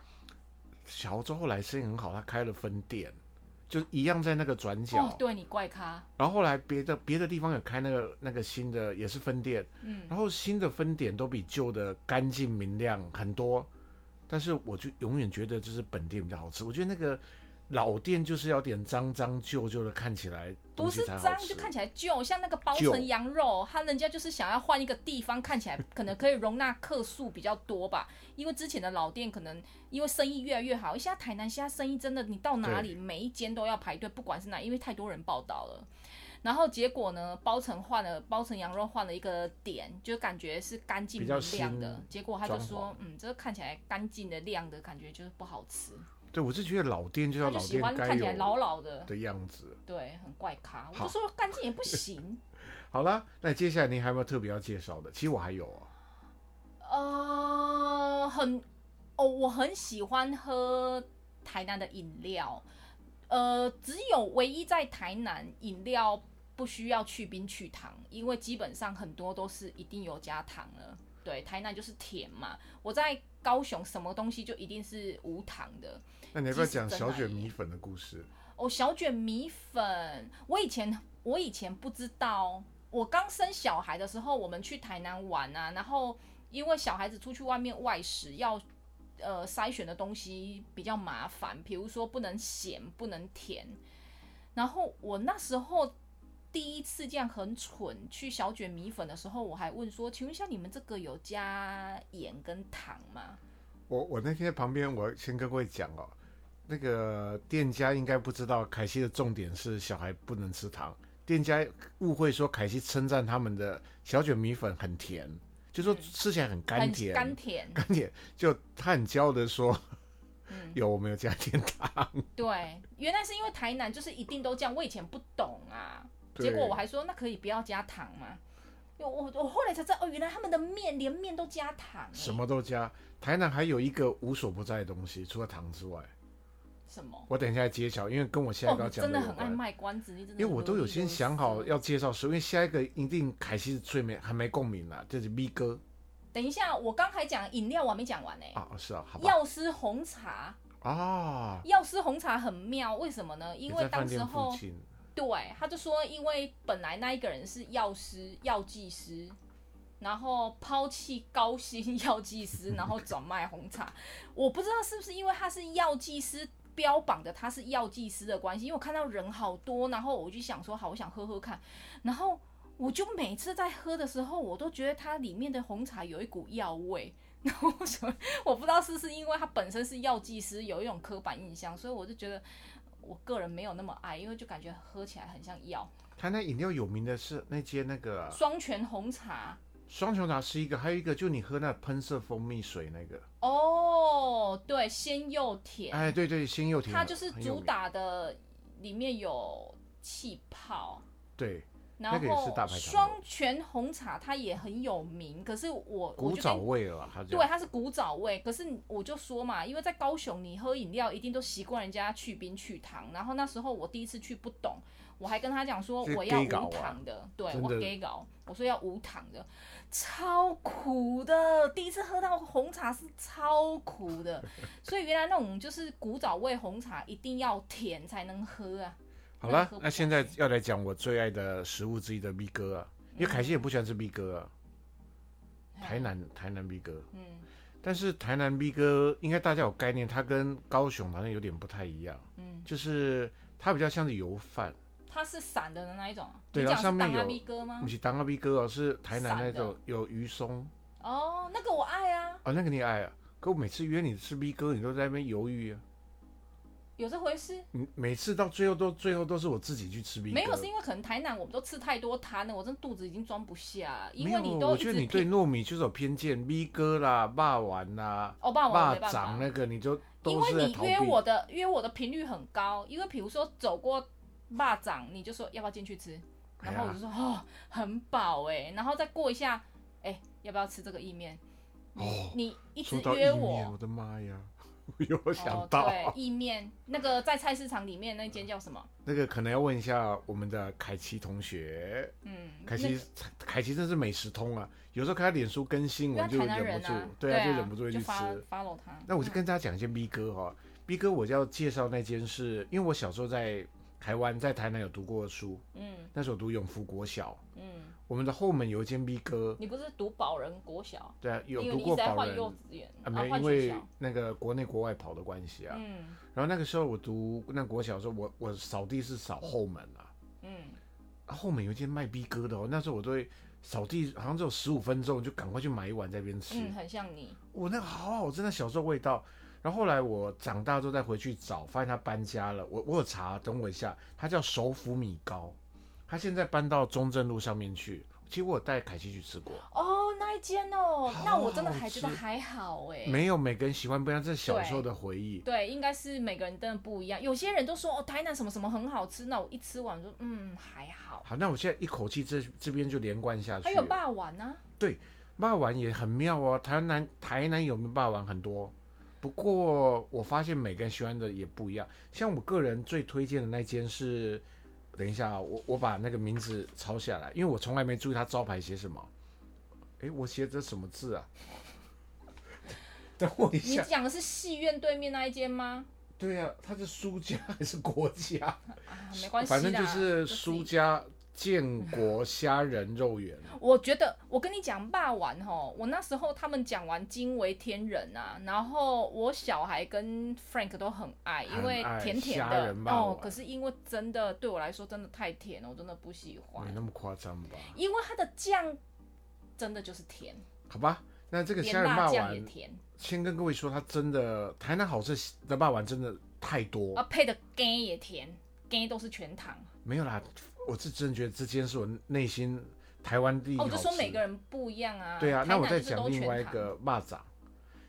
[SPEAKER 1] 小豪州后来生意很好，他开了分店，就一样在那个转角。
[SPEAKER 4] 哦，对你怪咖，
[SPEAKER 1] 然后后来别的别的地方有开那个那个新的也是分店，
[SPEAKER 4] 嗯，
[SPEAKER 1] 然后新的分点都比旧的干净明亮很多，但是我就永远觉得就是本店比较好吃。我觉得那个老店就是要点脏脏旧旧的，看起来
[SPEAKER 4] 不
[SPEAKER 1] 东西
[SPEAKER 4] 是
[SPEAKER 1] 才好
[SPEAKER 4] 脏
[SPEAKER 1] 吃
[SPEAKER 4] 就。看起来旧，像那个包
[SPEAKER 1] 旧
[SPEAKER 4] 成羊肉，他人家就是想要换一个地方，看起来可能可以容纳客数比较多吧。因为之前的老店可能因为生意越来越好，现在台南现在生意真的，你到哪里每一间都要排队，不管是哪，因为太多人报道了。然后结果呢，包成换了包成羊肉换了一个点，就感觉是干净
[SPEAKER 1] 比较
[SPEAKER 4] 明亮的
[SPEAKER 1] 新。
[SPEAKER 4] 结果他就
[SPEAKER 1] 装
[SPEAKER 4] 说
[SPEAKER 1] 潢，
[SPEAKER 4] 嗯，这个看起来干净的亮的感觉就是不好吃，
[SPEAKER 1] 对，我是觉得老店就要
[SPEAKER 4] 他就
[SPEAKER 1] 老
[SPEAKER 4] 喜
[SPEAKER 1] 店
[SPEAKER 4] 欢
[SPEAKER 1] 该
[SPEAKER 4] 看起
[SPEAKER 1] 有
[SPEAKER 4] 来老老的，
[SPEAKER 1] 的样子。
[SPEAKER 4] 对，很怪咖。我
[SPEAKER 1] 好
[SPEAKER 4] 就说干净也不行。
[SPEAKER 1] 好啦，那接下来您还有没有特别要介绍的？其实我还有哦，
[SPEAKER 4] 呃，很哦，我很喜欢喝台南的饮料。呃，只有唯一在台南饮料不需要去冰去糖，因为基本上很多都是一定有加糖了。对，台南就是甜嘛。我在高雄什么东西就一定是无糖的。
[SPEAKER 1] 那你要不要
[SPEAKER 4] 即使
[SPEAKER 1] 讲
[SPEAKER 4] 真
[SPEAKER 1] 小
[SPEAKER 4] 奶
[SPEAKER 1] 卷
[SPEAKER 4] 也
[SPEAKER 1] 米粉的故事？
[SPEAKER 4] 哦，小卷米粉，我以前我以前不知道，我刚生小孩的时候，我们去台南玩啊，然后因为小孩子出去外面外食要。呃，筛选的东西比较麻烦，比如说不能咸，不能甜。然后我那时候第一次这样很蠢去小卷米粉的时候，我还问说：“请问一下，你们这个有加盐跟糖吗
[SPEAKER 1] 我我那天在旁边，我先跟各位讲哦，那个店家应该不知道凯西的重点是小孩不能吃糖，店家误会说凯西称赞他们的小卷米粉很甜，就说吃起来很？”甘
[SPEAKER 4] 嗯很
[SPEAKER 1] 甜，
[SPEAKER 4] 甘甜，
[SPEAKER 1] 甘甜，就他很骄傲的说
[SPEAKER 4] 嗯，
[SPEAKER 1] 有我没有加点糖，
[SPEAKER 4] 对，原来是因为台南就是一定都这样，我以前不懂啊，
[SPEAKER 1] 对
[SPEAKER 4] 结果我还说那可以不要加糖吗？因为我我后来才知道哦，原来他们的面连面都加糖、欸，
[SPEAKER 1] 什么都加。台南还有一个无所不在的东西，除了糖之外，
[SPEAKER 4] 什么？
[SPEAKER 1] 我等一下揭晓，因为跟我下一
[SPEAKER 4] 哦，
[SPEAKER 1] 个要
[SPEAKER 4] 你
[SPEAKER 1] 讲
[SPEAKER 4] 真的
[SPEAKER 1] 有
[SPEAKER 4] 很爱
[SPEAKER 1] 关。
[SPEAKER 4] 卖关子，你真
[SPEAKER 1] 因
[SPEAKER 4] 的
[SPEAKER 1] 为我都有
[SPEAKER 4] 啰里
[SPEAKER 1] 先
[SPEAKER 4] 啰
[SPEAKER 1] 想好
[SPEAKER 4] 嗦
[SPEAKER 1] 要介绍谁，因为下一个一定凯西是最没还没共鸣啦，就是 V 哥
[SPEAKER 4] 等一下，我刚才讲饮料我还没讲完呢、
[SPEAKER 1] 啊，哦是啊，好吧，
[SPEAKER 4] 药师红茶，
[SPEAKER 1] 啊，
[SPEAKER 4] 药师红茶很妙，为什么呢？因
[SPEAKER 1] 也
[SPEAKER 4] 为
[SPEAKER 1] 在饭
[SPEAKER 4] 当时
[SPEAKER 1] 店
[SPEAKER 4] 候
[SPEAKER 1] 附近，
[SPEAKER 4] 对，他就说，因为本来那一个人是药师、药剂师，然后抛弃高薪药剂师，然后转卖红茶。我不知道是不是因为他是药剂师标榜的他是药剂师的关系，因为我看到人好多，然后我就想说，好，我想喝喝看。然后我就每次在喝的时候，我都觉得它里面的红茶有一股药味。 然后我想，我不知道是不是因为它本身是药剂师，有一种刻板印象，所以我就觉得我个人没有那么爱，因为就感觉喝起来很像药。
[SPEAKER 1] 台南饮料有名的是那间那个啊
[SPEAKER 4] 双全红茶
[SPEAKER 1] 双球茶是一个，还有一个就你喝那喷射蜂蜜水那个，
[SPEAKER 4] 哦，对，鲜又甜，
[SPEAKER 1] 哎，对对，新又甜的，
[SPEAKER 4] 它就是
[SPEAKER 1] 很有
[SPEAKER 4] 主
[SPEAKER 1] 名，
[SPEAKER 4] 打的，里面有气泡。
[SPEAKER 1] 对，
[SPEAKER 4] 然
[SPEAKER 1] 那个也是大排长
[SPEAKER 4] 后
[SPEAKER 1] 龙
[SPEAKER 4] 双全红茶它也很有名，可是我我
[SPEAKER 1] 古
[SPEAKER 4] 就跟
[SPEAKER 1] 早味了啦，它叫
[SPEAKER 4] 对，，它是古早味。可是我就说嘛，因为在高雄，你喝饮料一定都习惯人家去冰去糖。然后那时候我第一次去不懂，我还跟他讲说
[SPEAKER 1] 这
[SPEAKER 4] 我要
[SPEAKER 1] gay 搞啊
[SPEAKER 4] 无糖的，对
[SPEAKER 1] 真
[SPEAKER 4] 我
[SPEAKER 1] 的
[SPEAKER 4] gay 搞，我说要无糖的，超苦的。第一次喝到红茶是超苦 的，所以原来那种就是古早味红茶一定要甜才能喝啊。
[SPEAKER 1] 好
[SPEAKER 4] 那
[SPEAKER 1] 了
[SPEAKER 4] 喝，不
[SPEAKER 1] 那
[SPEAKER 4] 下
[SPEAKER 1] 现在
[SPEAKER 4] 去
[SPEAKER 1] 要来讲我最爱的食物之一的 V 哥啊，因为凯
[SPEAKER 4] 嗯
[SPEAKER 1] 西也不喜欢吃 V 哥啊，台南
[SPEAKER 4] 哎
[SPEAKER 1] 台南 V 哥，啊
[SPEAKER 4] 嗯
[SPEAKER 1] 但是台南 V 哥应该大家有概念，它跟高雄好像有点不太一样，
[SPEAKER 4] 嗯，
[SPEAKER 1] 就是它比较像是油饭。
[SPEAKER 4] 它是散的的那一种啊。
[SPEAKER 1] 对
[SPEAKER 4] 你
[SPEAKER 1] 然
[SPEAKER 4] 讲
[SPEAKER 1] 后
[SPEAKER 4] 是
[SPEAKER 1] 上面
[SPEAKER 4] 当阿
[SPEAKER 1] 有
[SPEAKER 4] B 哥吗
[SPEAKER 1] 不？是当个 B 哥哦，是台南那
[SPEAKER 4] 嗯散的
[SPEAKER 1] 种有鱼松
[SPEAKER 4] 哦，那个我爱啊，
[SPEAKER 1] 啊，那个你爱啊。可我每次约你吃 B 哥，你都在那边犹豫啊。
[SPEAKER 4] 有这回事。
[SPEAKER 1] 你每次到最后都最后都是我自己去吃 B 哥。
[SPEAKER 4] 没有，是因为可能台南我们都吃太多摊了，我真的肚子已经装不下了，因
[SPEAKER 1] 没
[SPEAKER 4] 为
[SPEAKER 1] 有
[SPEAKER 4] 你
[SPEAKER 1] 我
[SPEAKER 4] 都一
[SPEAKER 1] 觉
[SPEAKER 4] 直
[SPEAKER 1] 得你对糯米就是有偏见，B 哥啦、霸丸啦、
[SPEAKER 4] 欧巴哦我
[SPEAKER 1] 霸
[SPEAKER 4] 没办
[SPEAKER 1] 掌
[SPEAKER 4] 法，
[SPEAKER 1] 那个，你就
[SPEAKER 4] 因
[SPEAKER 1] 都
[SPEAKER 4] 为
[SPEAKER 1] 是在
[SPEAKER 4] 你
[SPEAKER 1] 逃避。
[SPEAKER 4] 约我的约我的频率很高，因为比如说走过霸掌，你就说要不要进去吃，然
[SPEAKER 1] 哎
[SPEAKER 4] 后我就说、哦很饱哎、然后再过一下哎、要不要吃这个意面？你、
[SPEAKER 1] 哦
[SPEAKER 4] 你一直
[SPEAKER 1] 说到意
[SPEAKER 4] 约
[SPEAKER 1] 面，我
[SPEAKER 4] 我。
[SPEAKER 1] 的妈呀！ 我有
[SPEAKER 4] 哦
[SPEAKER 1] 想，到、
[SPEAKER 4] 对，意面那个在菜市场里面那间叫什么？
[SPEAKER 1] 那个，可能要问一下我们的凯奇同学。
[SPEAKER 4] 嗯，
[SPEAKER 1] 凯
[SPEAKER 4] 那
[SPEAKER 1] 奇，凯奇真是美食通啊！有时候看他脸书更新，我
[SPEAKER 4] 因为
[SPEAKER 1] 就
[SPEAKER 4] 台南
[SPEAKER 1] 忍
[SPEAKER 4] 人
[SPEAKER 1] 不住
[SPEAKER 4] 啊，，
[SPEAKER 1] 对
[SPEAKER 4] 啊，
[SPEAKER 1] 就忍不住会去
[SPEAKER 4] 就
[SPEAKER 1] 吃。
[SPEAKER 4] 发 follow 他。
[SPEAKER 1] 那我就
[SPEAKER 4] 嗯
[SPEAKER 1] 跟大家讲一些 B 哥哈、哦、逼哥，我要介绍那间是因为我小时候在台湾，在台南有读过书，
[SPEAKER 4] 嗯
[SPEAKER 1] 那时候读永福国小，
[SPEAKER 4] 嗯，
[SPEAKER 1] 我们的后门有一间逼哥，
[SPEAKER 4] 你不是读保人国小，
[SPEAKER 1] 对啊，有
[SPEAKER 4] 因为
[SPEAKER 1] 读
[SPEAKER 4] 你一直
[SPEAKER 1] 过
[SPEAKER 4] 在
[SPEAKER 1] 保
[SPEAKER 4] 换
[SPEAKER 1] 人
[SPEAKER 4] 幼稚园，
[SPEAKER 1] 啊，
[SPEAKER 4] 啊
[SPEAKER 1] 没有，
[SPEAKER 4] 换
[SPEAKER 1] 因
[SPEAKER 4] 学
[SPEAKER 1] 为
[SPEAKER 4] 校，
[SPEAKER 1] 那个国内国外跑的关系啊。
[SPEAKER 4] 嗯
[SPEAKER 1] 然后那个时候我读那国小的时候，我我扫地是扫后门啊，
[SPEAKER 4] 嗯，
[SPEAKER 1] 啊后门有一间卖逼哥的哦，那时候我都会扫地，好像只有十五分钟，我就赶快去买一碗在那边吃。
[SPEAKER 4] 嗯，很像你，
[SPEAKER 1] 我那个好好吃，那小时候味道。然后后来我长大之后再回去找，发现他搬家了。我我有查，等我一下，他叫手府米糕，他现在搬到中正路上面去。其实我有带凯西去吃过，
[SPEAKER 4] 哦，那一间哦，那我真的
[SPEAKER 1] 好好
[SPEAKER 4] 还觉得
[SPEAKER 1] 吃
[SPEAKER 4] 还好哎、
[SPEAKER 1] 没有每个人喜欢不一样，这是小时候
[SPEAKER 4] 对
[SPEAKER 1] 的回忆。
[SPEAKER 4] 对，应该是每个人真的不一样。有些人都说哦，台南什么什么很好吃，那我一吃完就嗯还好。
[SPEAKER 1] 好，那我现在一口气这这边就连贯下去。
[SPEAKER 4] 还有霸王啊呢、
[SPEAKER 1] 霸王也很妙哦，台南台南有没有霸王很多，不过我发现每个人喜欢的也不一样。像我个人最推荐的那间是，等一下啊、我我把那个名字抄下来，因为我从来没注意它招牌写什么。诶，我写着什么字啊？ 等我一
[SPEAKER 4] 你
[SPEAKER 1] 下。
[SPEAKER 4] 讲的是戏院对面那一间吗？
[SPEAKER 1] 对啊，它是苏家还是国家？
[SPEAKER 4] 啊，没关系啦，
[SPEAKER 1] 反正就是
[SPEAKER 4] 自己
[SPEAKER 1] 苏。家建国虾仁肉 圆。
[SPEAKER 4] 我觉得我跟你讲霸王吼，我那时候他们讲完惊为天人啊，然后我小孩跟 Frank 都很爱，因为
[SPEAKER 1] 很爱
[SPEAKER 4] 甜甜
[SPEAKER 1] 虾
[SPEAKER 4] 的
[SPEAKER 1] 仁霸
[SPEAKER 4] 哦
[SPEAKER 1] 王。
[SPEAKER 4] 可是因为真的对我来说真的太甜了，我真的不喜欢
[SPEAKER 1] 没，那么夸张吧？
[SPEAKER 4] 因为它的酱真的就是甜，
[SPEAKER 1] 好吧，那这个虾
[SPEAKER 4] 连
[SPEAKER 1] 仁霸
[SPEAKER 4] 辣酱
[SPEAKER 1] 王
[SPEAKER 4] 也甜。
[SPEAKER 1] 先跟各位说，它真的台南好吃的霸王真的太多，
[SPEAKER 4] 啊，配的干也甜，干都是全糖。
[SPEAKER 1] 没有啦，我是真的觉得这间是我内心台湾第一
[SPEAKER 4] 哦，
[SPEAKER 1] 好
[SPEAKER 4] 我
[SPEAKER 1] 吃。
[SPEAKER 4] 就说每个人不一样啊。
[SPEAKER 1] 对啊，
[SPEAKER 4] 台
[SPEAKER 1] 那我
[SPEAKER 4] 南
[SPEAKER 1] 再
[SPEAKER 4] 就是都
[SPEAKER 1] 讲另
[SPEAKER 4] 全
[SPEAKER 1] 外一
[SPEAKER 4] 糖，
[SPEAKER 1] 个霸掌，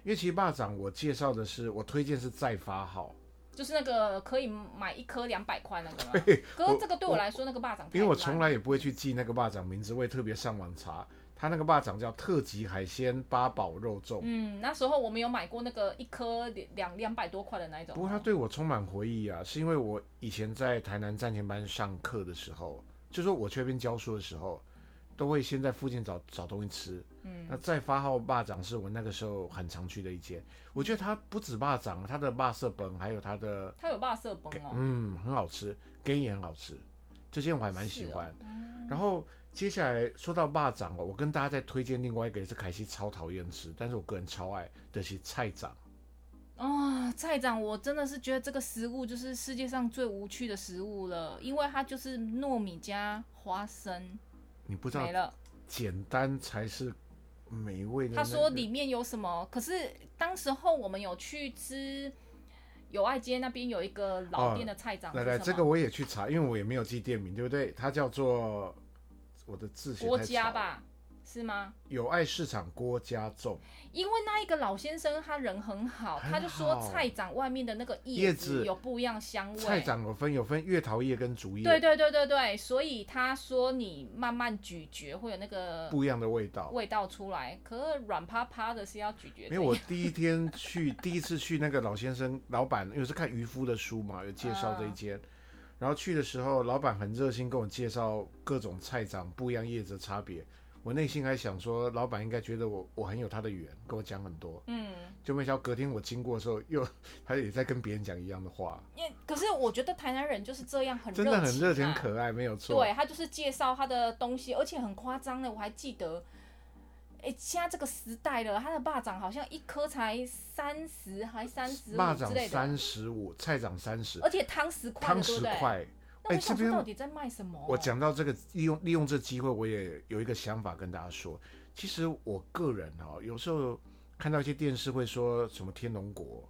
[SPEAKER 1] 因为其实霸掌我介绍的是我推荐是再发号，
[SPEAKER 4] 就是那个可以买一颗两百块那个 吗？可
[SPEAKER 1] 我
[SPEAKER 4] 是这个对我
[SPEAKER 1] 我
[SPEAKER 4] 来说，那个霸掌
[SPEAKER 1] 因为我
[SPEAKER 4] 太
[SPEAKER 1] 从
[SPEAKER 4] 烂
[SPEAKER 1] 来也不会去记那个霸掌名字，我也特别上网查，它那个霸掌叫特级海鲜八宝肉粽。
[SPEAKER 4] 嗯，那时候我们有买过那个一颗两两百多块的那一种哦。
[SPEAKER 1] 不过它对我充满回忆啊，是因为我以前在台南战前班上课的时候，就说我去那边教书的时候，都会先在附近找找东西吃。
[SPEAKER 4] 嗯
[SPEAKER 1] 那再发号霸掌是我那个时候很常去的一间，我觉得它不止霸掌，它的霸色本还有它的
[SPEAKER 4] 它有霸色崩哦，
[SPEAKER 1] 嗯很好吃，根也很好吃，这间我还蛮喜欢。
[SPEAKER 4] 是哦嗯
[SPEAKER 1] 然后接下来说到霸掌哦，我跟大家再推荐另外一个也是凯西超讨厌吃，但是我个人超爱的是菜掌。
[SPEAKER 4] 啊，菜长，我真的是觉得这个食物就是世界上最无趣的食物了，因为它就是糯米加花生
[SPEAKER 1] 你不知道
[SPEAKER 4] 没了。
[SPEAKER 1] 简单才是美味的、那
[SPEAKER 4] 他说
[SPEAKER 1] 个
[SPEAKER 4] 里面有什么？可是当时候我们有去吃友爱街那边有一个老店的菜长，
[SPEAKER 1] 啊来
[SPEAKER 4] 是
[SPEAKER 1] 来，
[SPEAKER 4] 什
[SPEAKER 1] 这个
[SPEAKER 4] 么
[SPEAKER 1] 我也去查，因为我也没有记店名，对不对？它叫做我的字写
[SPEAKER 4] 郭
[SPEAKER 1] 太
[SPEAKER 4] 家
[SPEAKER 1] 长，
[SPEAKER 4] 吧，是吗？
[SPEAKER 1] 友爱市场郭家粽，
[SPEAKER 4] 因为那一个老先生他人很好，
[SPEAKER 1] 很
[SPEAKER 4] 他就说
[SPEAKER 1] 好
[SPEAKER 4] 菜长外面的那个
[SPEAKER 1] 叶
[SPEAKER 4] 子
[SPEAKER 1] 子
[SPEAKER 4] 有不一样香味。
[SPEAKER 1] 菜长有分有分月桃叶跟竹叶，
[SPEAKER 4] 对对对对对，所以他说你慢慢咀嚼会有那个
[SPEAKER 1] 不一样的味道。
[SPEAKER 4] 味道出来，可是软趴趴的是要咀嚼
[SPEAKER 1] 因为
[SPEAKER 4] 怎
[SPEAKER 1] 我
[SPEAKER 4] 样。
[SPEAKER 1] 第一天去， 第一次去那个老先生老板，因为是看渔夫的书嘛，有介
[SPEAKER 4] 啊
[SPEAKER 1] 绍这一间。然后去的时候，老板很热心跟我介绍各种菜长不一样叶子的差别。我内心还想说，老板应该觉得我我很有他的缘，跟我讲很多。
[SPEAKER 4] 嗯，
[SPEAKER 1] 就没想到隔天我经过的时候，又 他也在跟别人讲一样的话，
[SPEAKER 4] 因为可是我觉得台南人就是这样，很
[SPEAKER 1] 真的很热
[SPEAKER 4] 情
[SPEAKER 1] 情
[SPEAKER 4] 啊
[SPEAKER 1] 可爱，没有错。
[SPEAKER 4] 对他就是介绍他的东西，而且很夸张的，我还记得。哎，现在这个时代了，他的霸掌好像一颗才三十，还三十
[SPEAKER 1] 蚂
[SPEAKER 4] 五之
[SPEAKER 1] 蚱
[SPEAKER 4] 类的，
[SPEAKER 1] 三十五，菜长三十
[SPEAKER 4] 而，且汤十块的，
[SPEAKER 1] 汤
[SPEAKER 4] 对
[SPEAKER 1] 十
[SPEAKER 4] 不对？
[SPEAKER 1] 块。
[SPEAKER 4] 那我
[SPEAKER 1] 哎
[SPEAKER 4] 想
[SPEAKER 1] 这边
[SPEAKER 4] 说到底在卖什么？啊
[SPEAKER 1] 我，讲到这个，利用利用这机会，我也有一个想法跟大家说。其实我个人哦，有时候看到一些电视会说什么天龙国，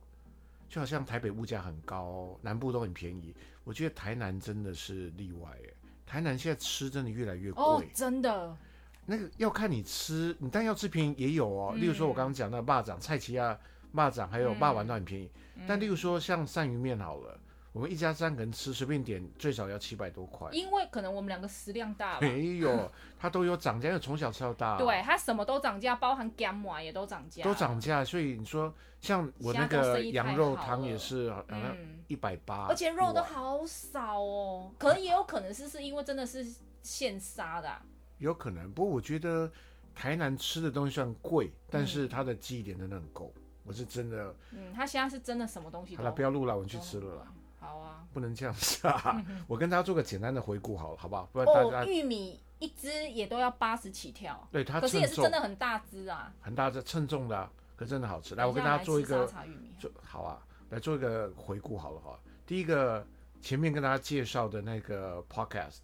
[SPEAKER 1] 就好像台北物价很高，南部都很便宜。我觉得台南真的是例外耶，台南现在吃真的越来越贵。
[SPEAKER 4] 哦，真的，
[SPEAKER 1] 那个要看你吃，你但要吃便宜也有哦。
[SPEAKER 4] 嗯
[SPEAKER 1] 例如说我刚刚讲的霸掌、菜奇亚霸掌，还有霸丸都很便宜。
[SPEAKER 4] 嗯
[SPEAKER 1] 但例如说像鳝鱼面好了，我们一家三个人吃，随便点最少要七百多块。
[SPEAKER 4] 因为可能我们两个食量大吧，
[SPEAKER 1] 没有，它都有涨价，因为从小吃到大，
[SPEAKER 4] 对，啊他什么都涨价，包含干嘛也都涨价，
[SPEAKER 1] 都涨价。所以你说像我那
[SPEAKER 4] 虾饺
[SPEAKER 1] 个
[SPEAKER 4] 生意太好
[SPEAKER 1] 羊肉汤也是，好像
[SPEAKER 4] 嗯，
[SPEAKER 1] 一百八，
[SPEAKER 4] 而且肉都好少哦，可能也有可能是是因为真的是现杀的啊、
[SPEAKER 1] 有可能。不过我觉得台南吃的东西算贵，但是它的记忆点真的很够。我是真的，
[SPEAKER 4] 嗯，他现在是真的什么东西
[SPEAKER 1] 好
[SPEAKER 4] 都
[SPEAKER 1] 了，不要录了，我们去吃了啦，
[SPEAKER 4] 好啊。
[SPEAKER 1] 不能这样 子啊！我跟大家做个简单的回顾好了，好不好？不然大
[SPEAKER 4] 哦，
[SPEAKER 1] 家、
[SPEAKER 4] 玉米一只也都要八十起跳，
[SPEAKER 1] 对它
[SPEAKER 4] 可是也
[SPEAKER 1] 称
[SPEAKER 4] 是
[SPEAKER 1] 重
[SPEAKER 4] 真的很大只啊。
[SPEAKER 1] 很大的称重的、啊，可真的好吃。来，我
[SPEAKER 4] 等
[SPEAKER 1] 跟
[SPEAKER 4] 一下
[SPEAKER 1] 大家做一
[SPEAKER 4] 来
[SPEAKER 1] 个
[SPEAKER 4] 吃沙茶玉米，
[SPEAKER 1] 做好啊，来做一个回顾好了哈。第一个前面跟大家介绍的那个 podcast，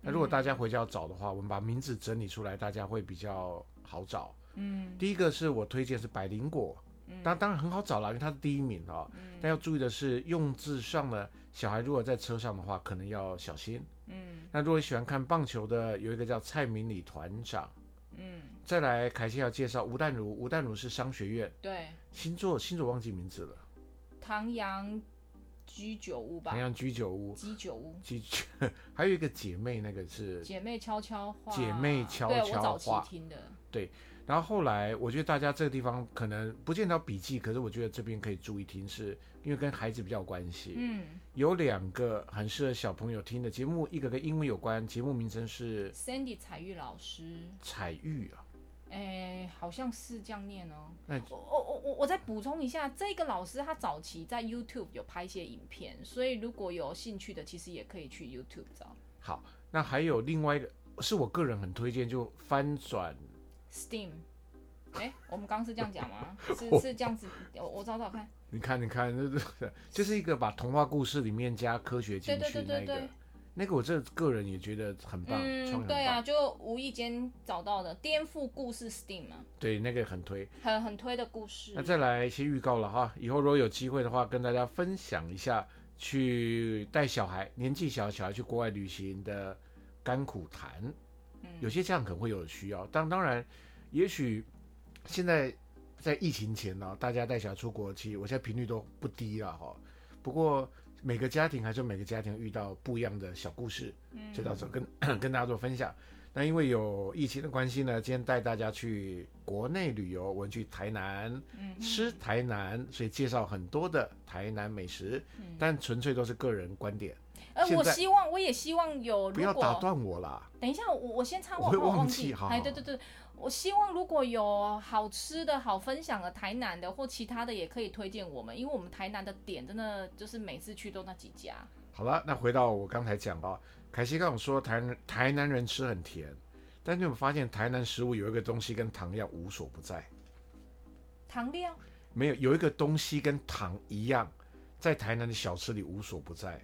[SPEAKER 1] 那如果大家回家要找的话，我们把名字整理出来，大家会比较好找。
[SPEAKER 4] 嗯
[SPEAKER 1] 第一个是我推荐是百灵果，当当然很好找啦，因为它是第一名啊、
[SPEAKER 4] 嗯
[SPEAKER 1] 但要注意的是，用字上呢，小孩如果在车上的话，可能要小心。
[SPEAKER 4] 嗯
[SPEAKER 1] 那如果你喜欢看棒球的，有一个叫蔡明理团长。
[SPEAKER 4] 嗯，
[SPEAKER 1] 再来，凯西要介绍吴淡如，吴淡如是商学院
[SPEAKER 4] 对，
[SPEAKER 1] 星座，星座忘记名字了，
[SPEAKER 4] 唐阳居酒屋吧
[SPEAKER 1] 唐，阳居酒屋，
[SPEAKER 4] 鸡酒屋。
[SPEAKER 1] 几句， 还有一个姐妹，那个是，
[SPEAKER 4] 姐妹悄悄话，
[SPEAKER 1] 姐妹悄
[SPEAKER 4] 对
[SPEAKER 1] 悄
[SPEAKER 4] 我早
[SPEAKER 1] 话
[SPEAKER 4] 期听的，
[SPEAKER 1] 然后后来我觉得大家这个地方可能不见到笔记，可是我觉得这边可以注意听是，因为跟孩子比较有关系。
[SPEAKER 4] 嗯
[SPEAKER 1] 有两个很适合小朋友听的节目，一个跟英文有关，节目名称是
[SPEAKER 4] ，Sandy 彩玉老师，
[SPEAKER 1] 彩玉啊，
[SPEAKER 4] 哎，好像是这样念哦。
[SPEAKER 1] 那
[SPEAKER 4] 我我我我再补充一下，这个老师他早期在 YouTube 有拍一些影片，所以如果有兴趣的，其实也可以去 YouTube 找
[SPEAKER 1] 好，那还有另外一个是我个人很推荐，就翻转
[SPEAKER 4] Steam。哎，我们刚刚是这样讲 吗？是是这样子，我我找找看。
[SPEAKER 1] 你看，你看，这这 就是一个把童话故事里面加科学进
[SPEAKER 4] 对
[SPEAKER 1] 去
[SPEAKER 4] 对对
[SPEAKER 1] 那
[SPEAKER 4] 对
[SPEAKER 1] 个
[SPEAKER 4] 对，
[SPEAKER 1] 那个我这个人也觉得很棒，创意
[SPEAKER 4] 嗯，
[SPEAKER 1] 很
[SPEAKER 4] 对啊，
[SPEAKER 1] 棒
[SPEAKER 4] 就无意间找到的颠覆故事 Steam 啊嘛，
[SPEAKER 1] 对那个很推。
[SPEAKER 4] 很很推的故事。
[SPEAKER 1] 那再来一些预告了哈，以后如果有机会的话，跟大家分享一下去带小孩，年纪小的小孩去国外旅行的甘苦谈。
[SPEAKER 4] 嗯
[SPEAKER 1] 有些家长可能会有需要，但当然，也许现在在疫情前呢、大家带小孩出国，其实我现在频率都不低了哈。不过每个家庭还是有每个家庭遇到不一样的小故事，
[SPEAKER 4] 嗯
[SPEAKER 1] 就到这跟跟大 家做分享。那因为有疫情的关系呢，今天带大家去国内旅游，我们去台南、
[SPEAKER 4] 嗯
[SPEAKER 1] 吃台南，所以介绍很多的台南美食，
[SPEAKER 4] 嗯
[SPEAKER 1] 但纯粹都是个人观点，
[SPEAKER 4] 呃，
[SPEAKER 1] 现
[SPEAKER 4] 我
[SPEAKER 1] 在
[SPEAKER 4] 希望，我也希望有，
[SPEAKER 1] 不
[SPEAKER 4] 如
[SPEAKER 1] 要
[SPEAKER 4] 果
[SPEAKER 1] 打断我啦。
[SPEAKER 4] 等一下，我我先插
[SPEAKER 1] 我
[SPEAKER 4] 话，
[SPEAKER 1] 会
[SPEAKER 4] 怕我
[SPEAKER 1] 忘
[SPEAKER 4] 忘
[SPEAKER 1] 记好
[SPEAKER 4] 哎，
[SPEAKER 1] 好
[SPEAKER 4] 对对对，我希望如果有好吃的好分享的台南的或其他的，也可以推荐我们，因为我们台南的点真的就是每次去都那几家。
[SPEAKER 1] 好了，那回到我刚才讲啊，凯西刚我说台南台南人吃很甜，但你有没有发现台南食物有一个东西跟糖一样无所不在？
[SPEAKER 4] 糖料，
[SPEAKER 1] 没有，有一个东西跟糖一样，在台南的小吃里无所不在，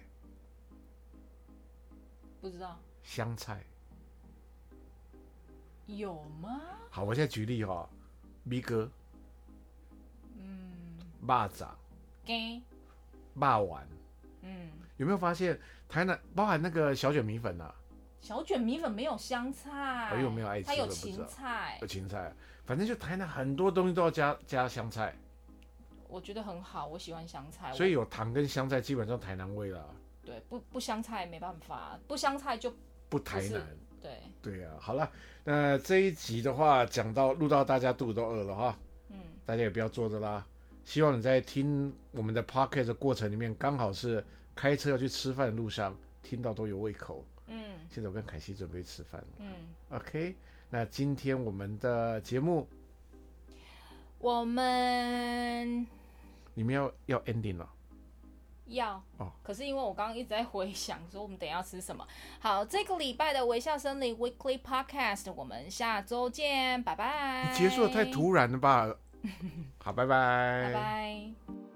[SPEAKER 4] 不知道
[SPEAKER 1] 香菜。
[SPEAKER 4] 有吗？
[SPEAKER 1] 好，我现在举例哈、哦，咪哥，嗯，蚂蚱、
[SPEAKER 4] 给，
[SPEAKER 1] 蚂丸，
[SPEAKER 4] 嗯，
[SPEAKER 1] 有没有发现台南包含那个小卷米粉啊，
[SPEAKER 4] 小卷米粉没有香菜，
[SPEAKER 1] 哎呦没有爱吃
[SPEAKER 4] 它
[SPEAKER 1] 的
[SPEAKER 4] 有
[SPEAKER 1] 不知道
[SPEAKER 4] 芹菜
[SPEAKER 1] 有，芹菜啊，反正就台南很多东西都要加加香菜，
[SPEAKER 4] 我觉得很好，我喜欢香菜，
[SPEAKER 1] 所以
[SPEAKER 4] 我
[SPEAKER 1] 有糖跟香菜基本上台南味了，
[SPEAKER 4] 对不不香菜没办法，不香菜就
[SPEAKER 1] 不台
[SPEAKER 4] 是
[SPEAKER 1] 南。
[SPEAKER 4] 对，
[SPEAKER 1] 对啊，好了，那这一集的话，讲到录到大家肚子都饿了哈，
[SPEAKER 4] 嗯，
[SPEAKER 1] 大家也不要坐着啦。希望你在听我们的 p o c k e t 的过程里面，刚好是开车要去吃饭的路上，听到都有胃口。
[SPEAKER 4] 嗯
[SPEAKER 1] 现在我跟凯西准备吃饭了
[SPEAKER 4] 嗯。
[SPEAKER 1] ，OK？那今天我们的节目
[SPEAKER 4] 我们
[SPEAKER 1] 你们要要 ending 了，
[SPEAKER 4] 要
[SPEAKER 1] 哦
[SPEAKER 4] 可是因为我刚刚一直在回想说我们等一下要吃什么。好，这个礼拜的微笑森林 Weekly Podcast，我们下周见，拜拜。
[SPEAKER 1] 你结束的太，突然了吧？好，拜拜
[SPEAKER 4] 拜拜。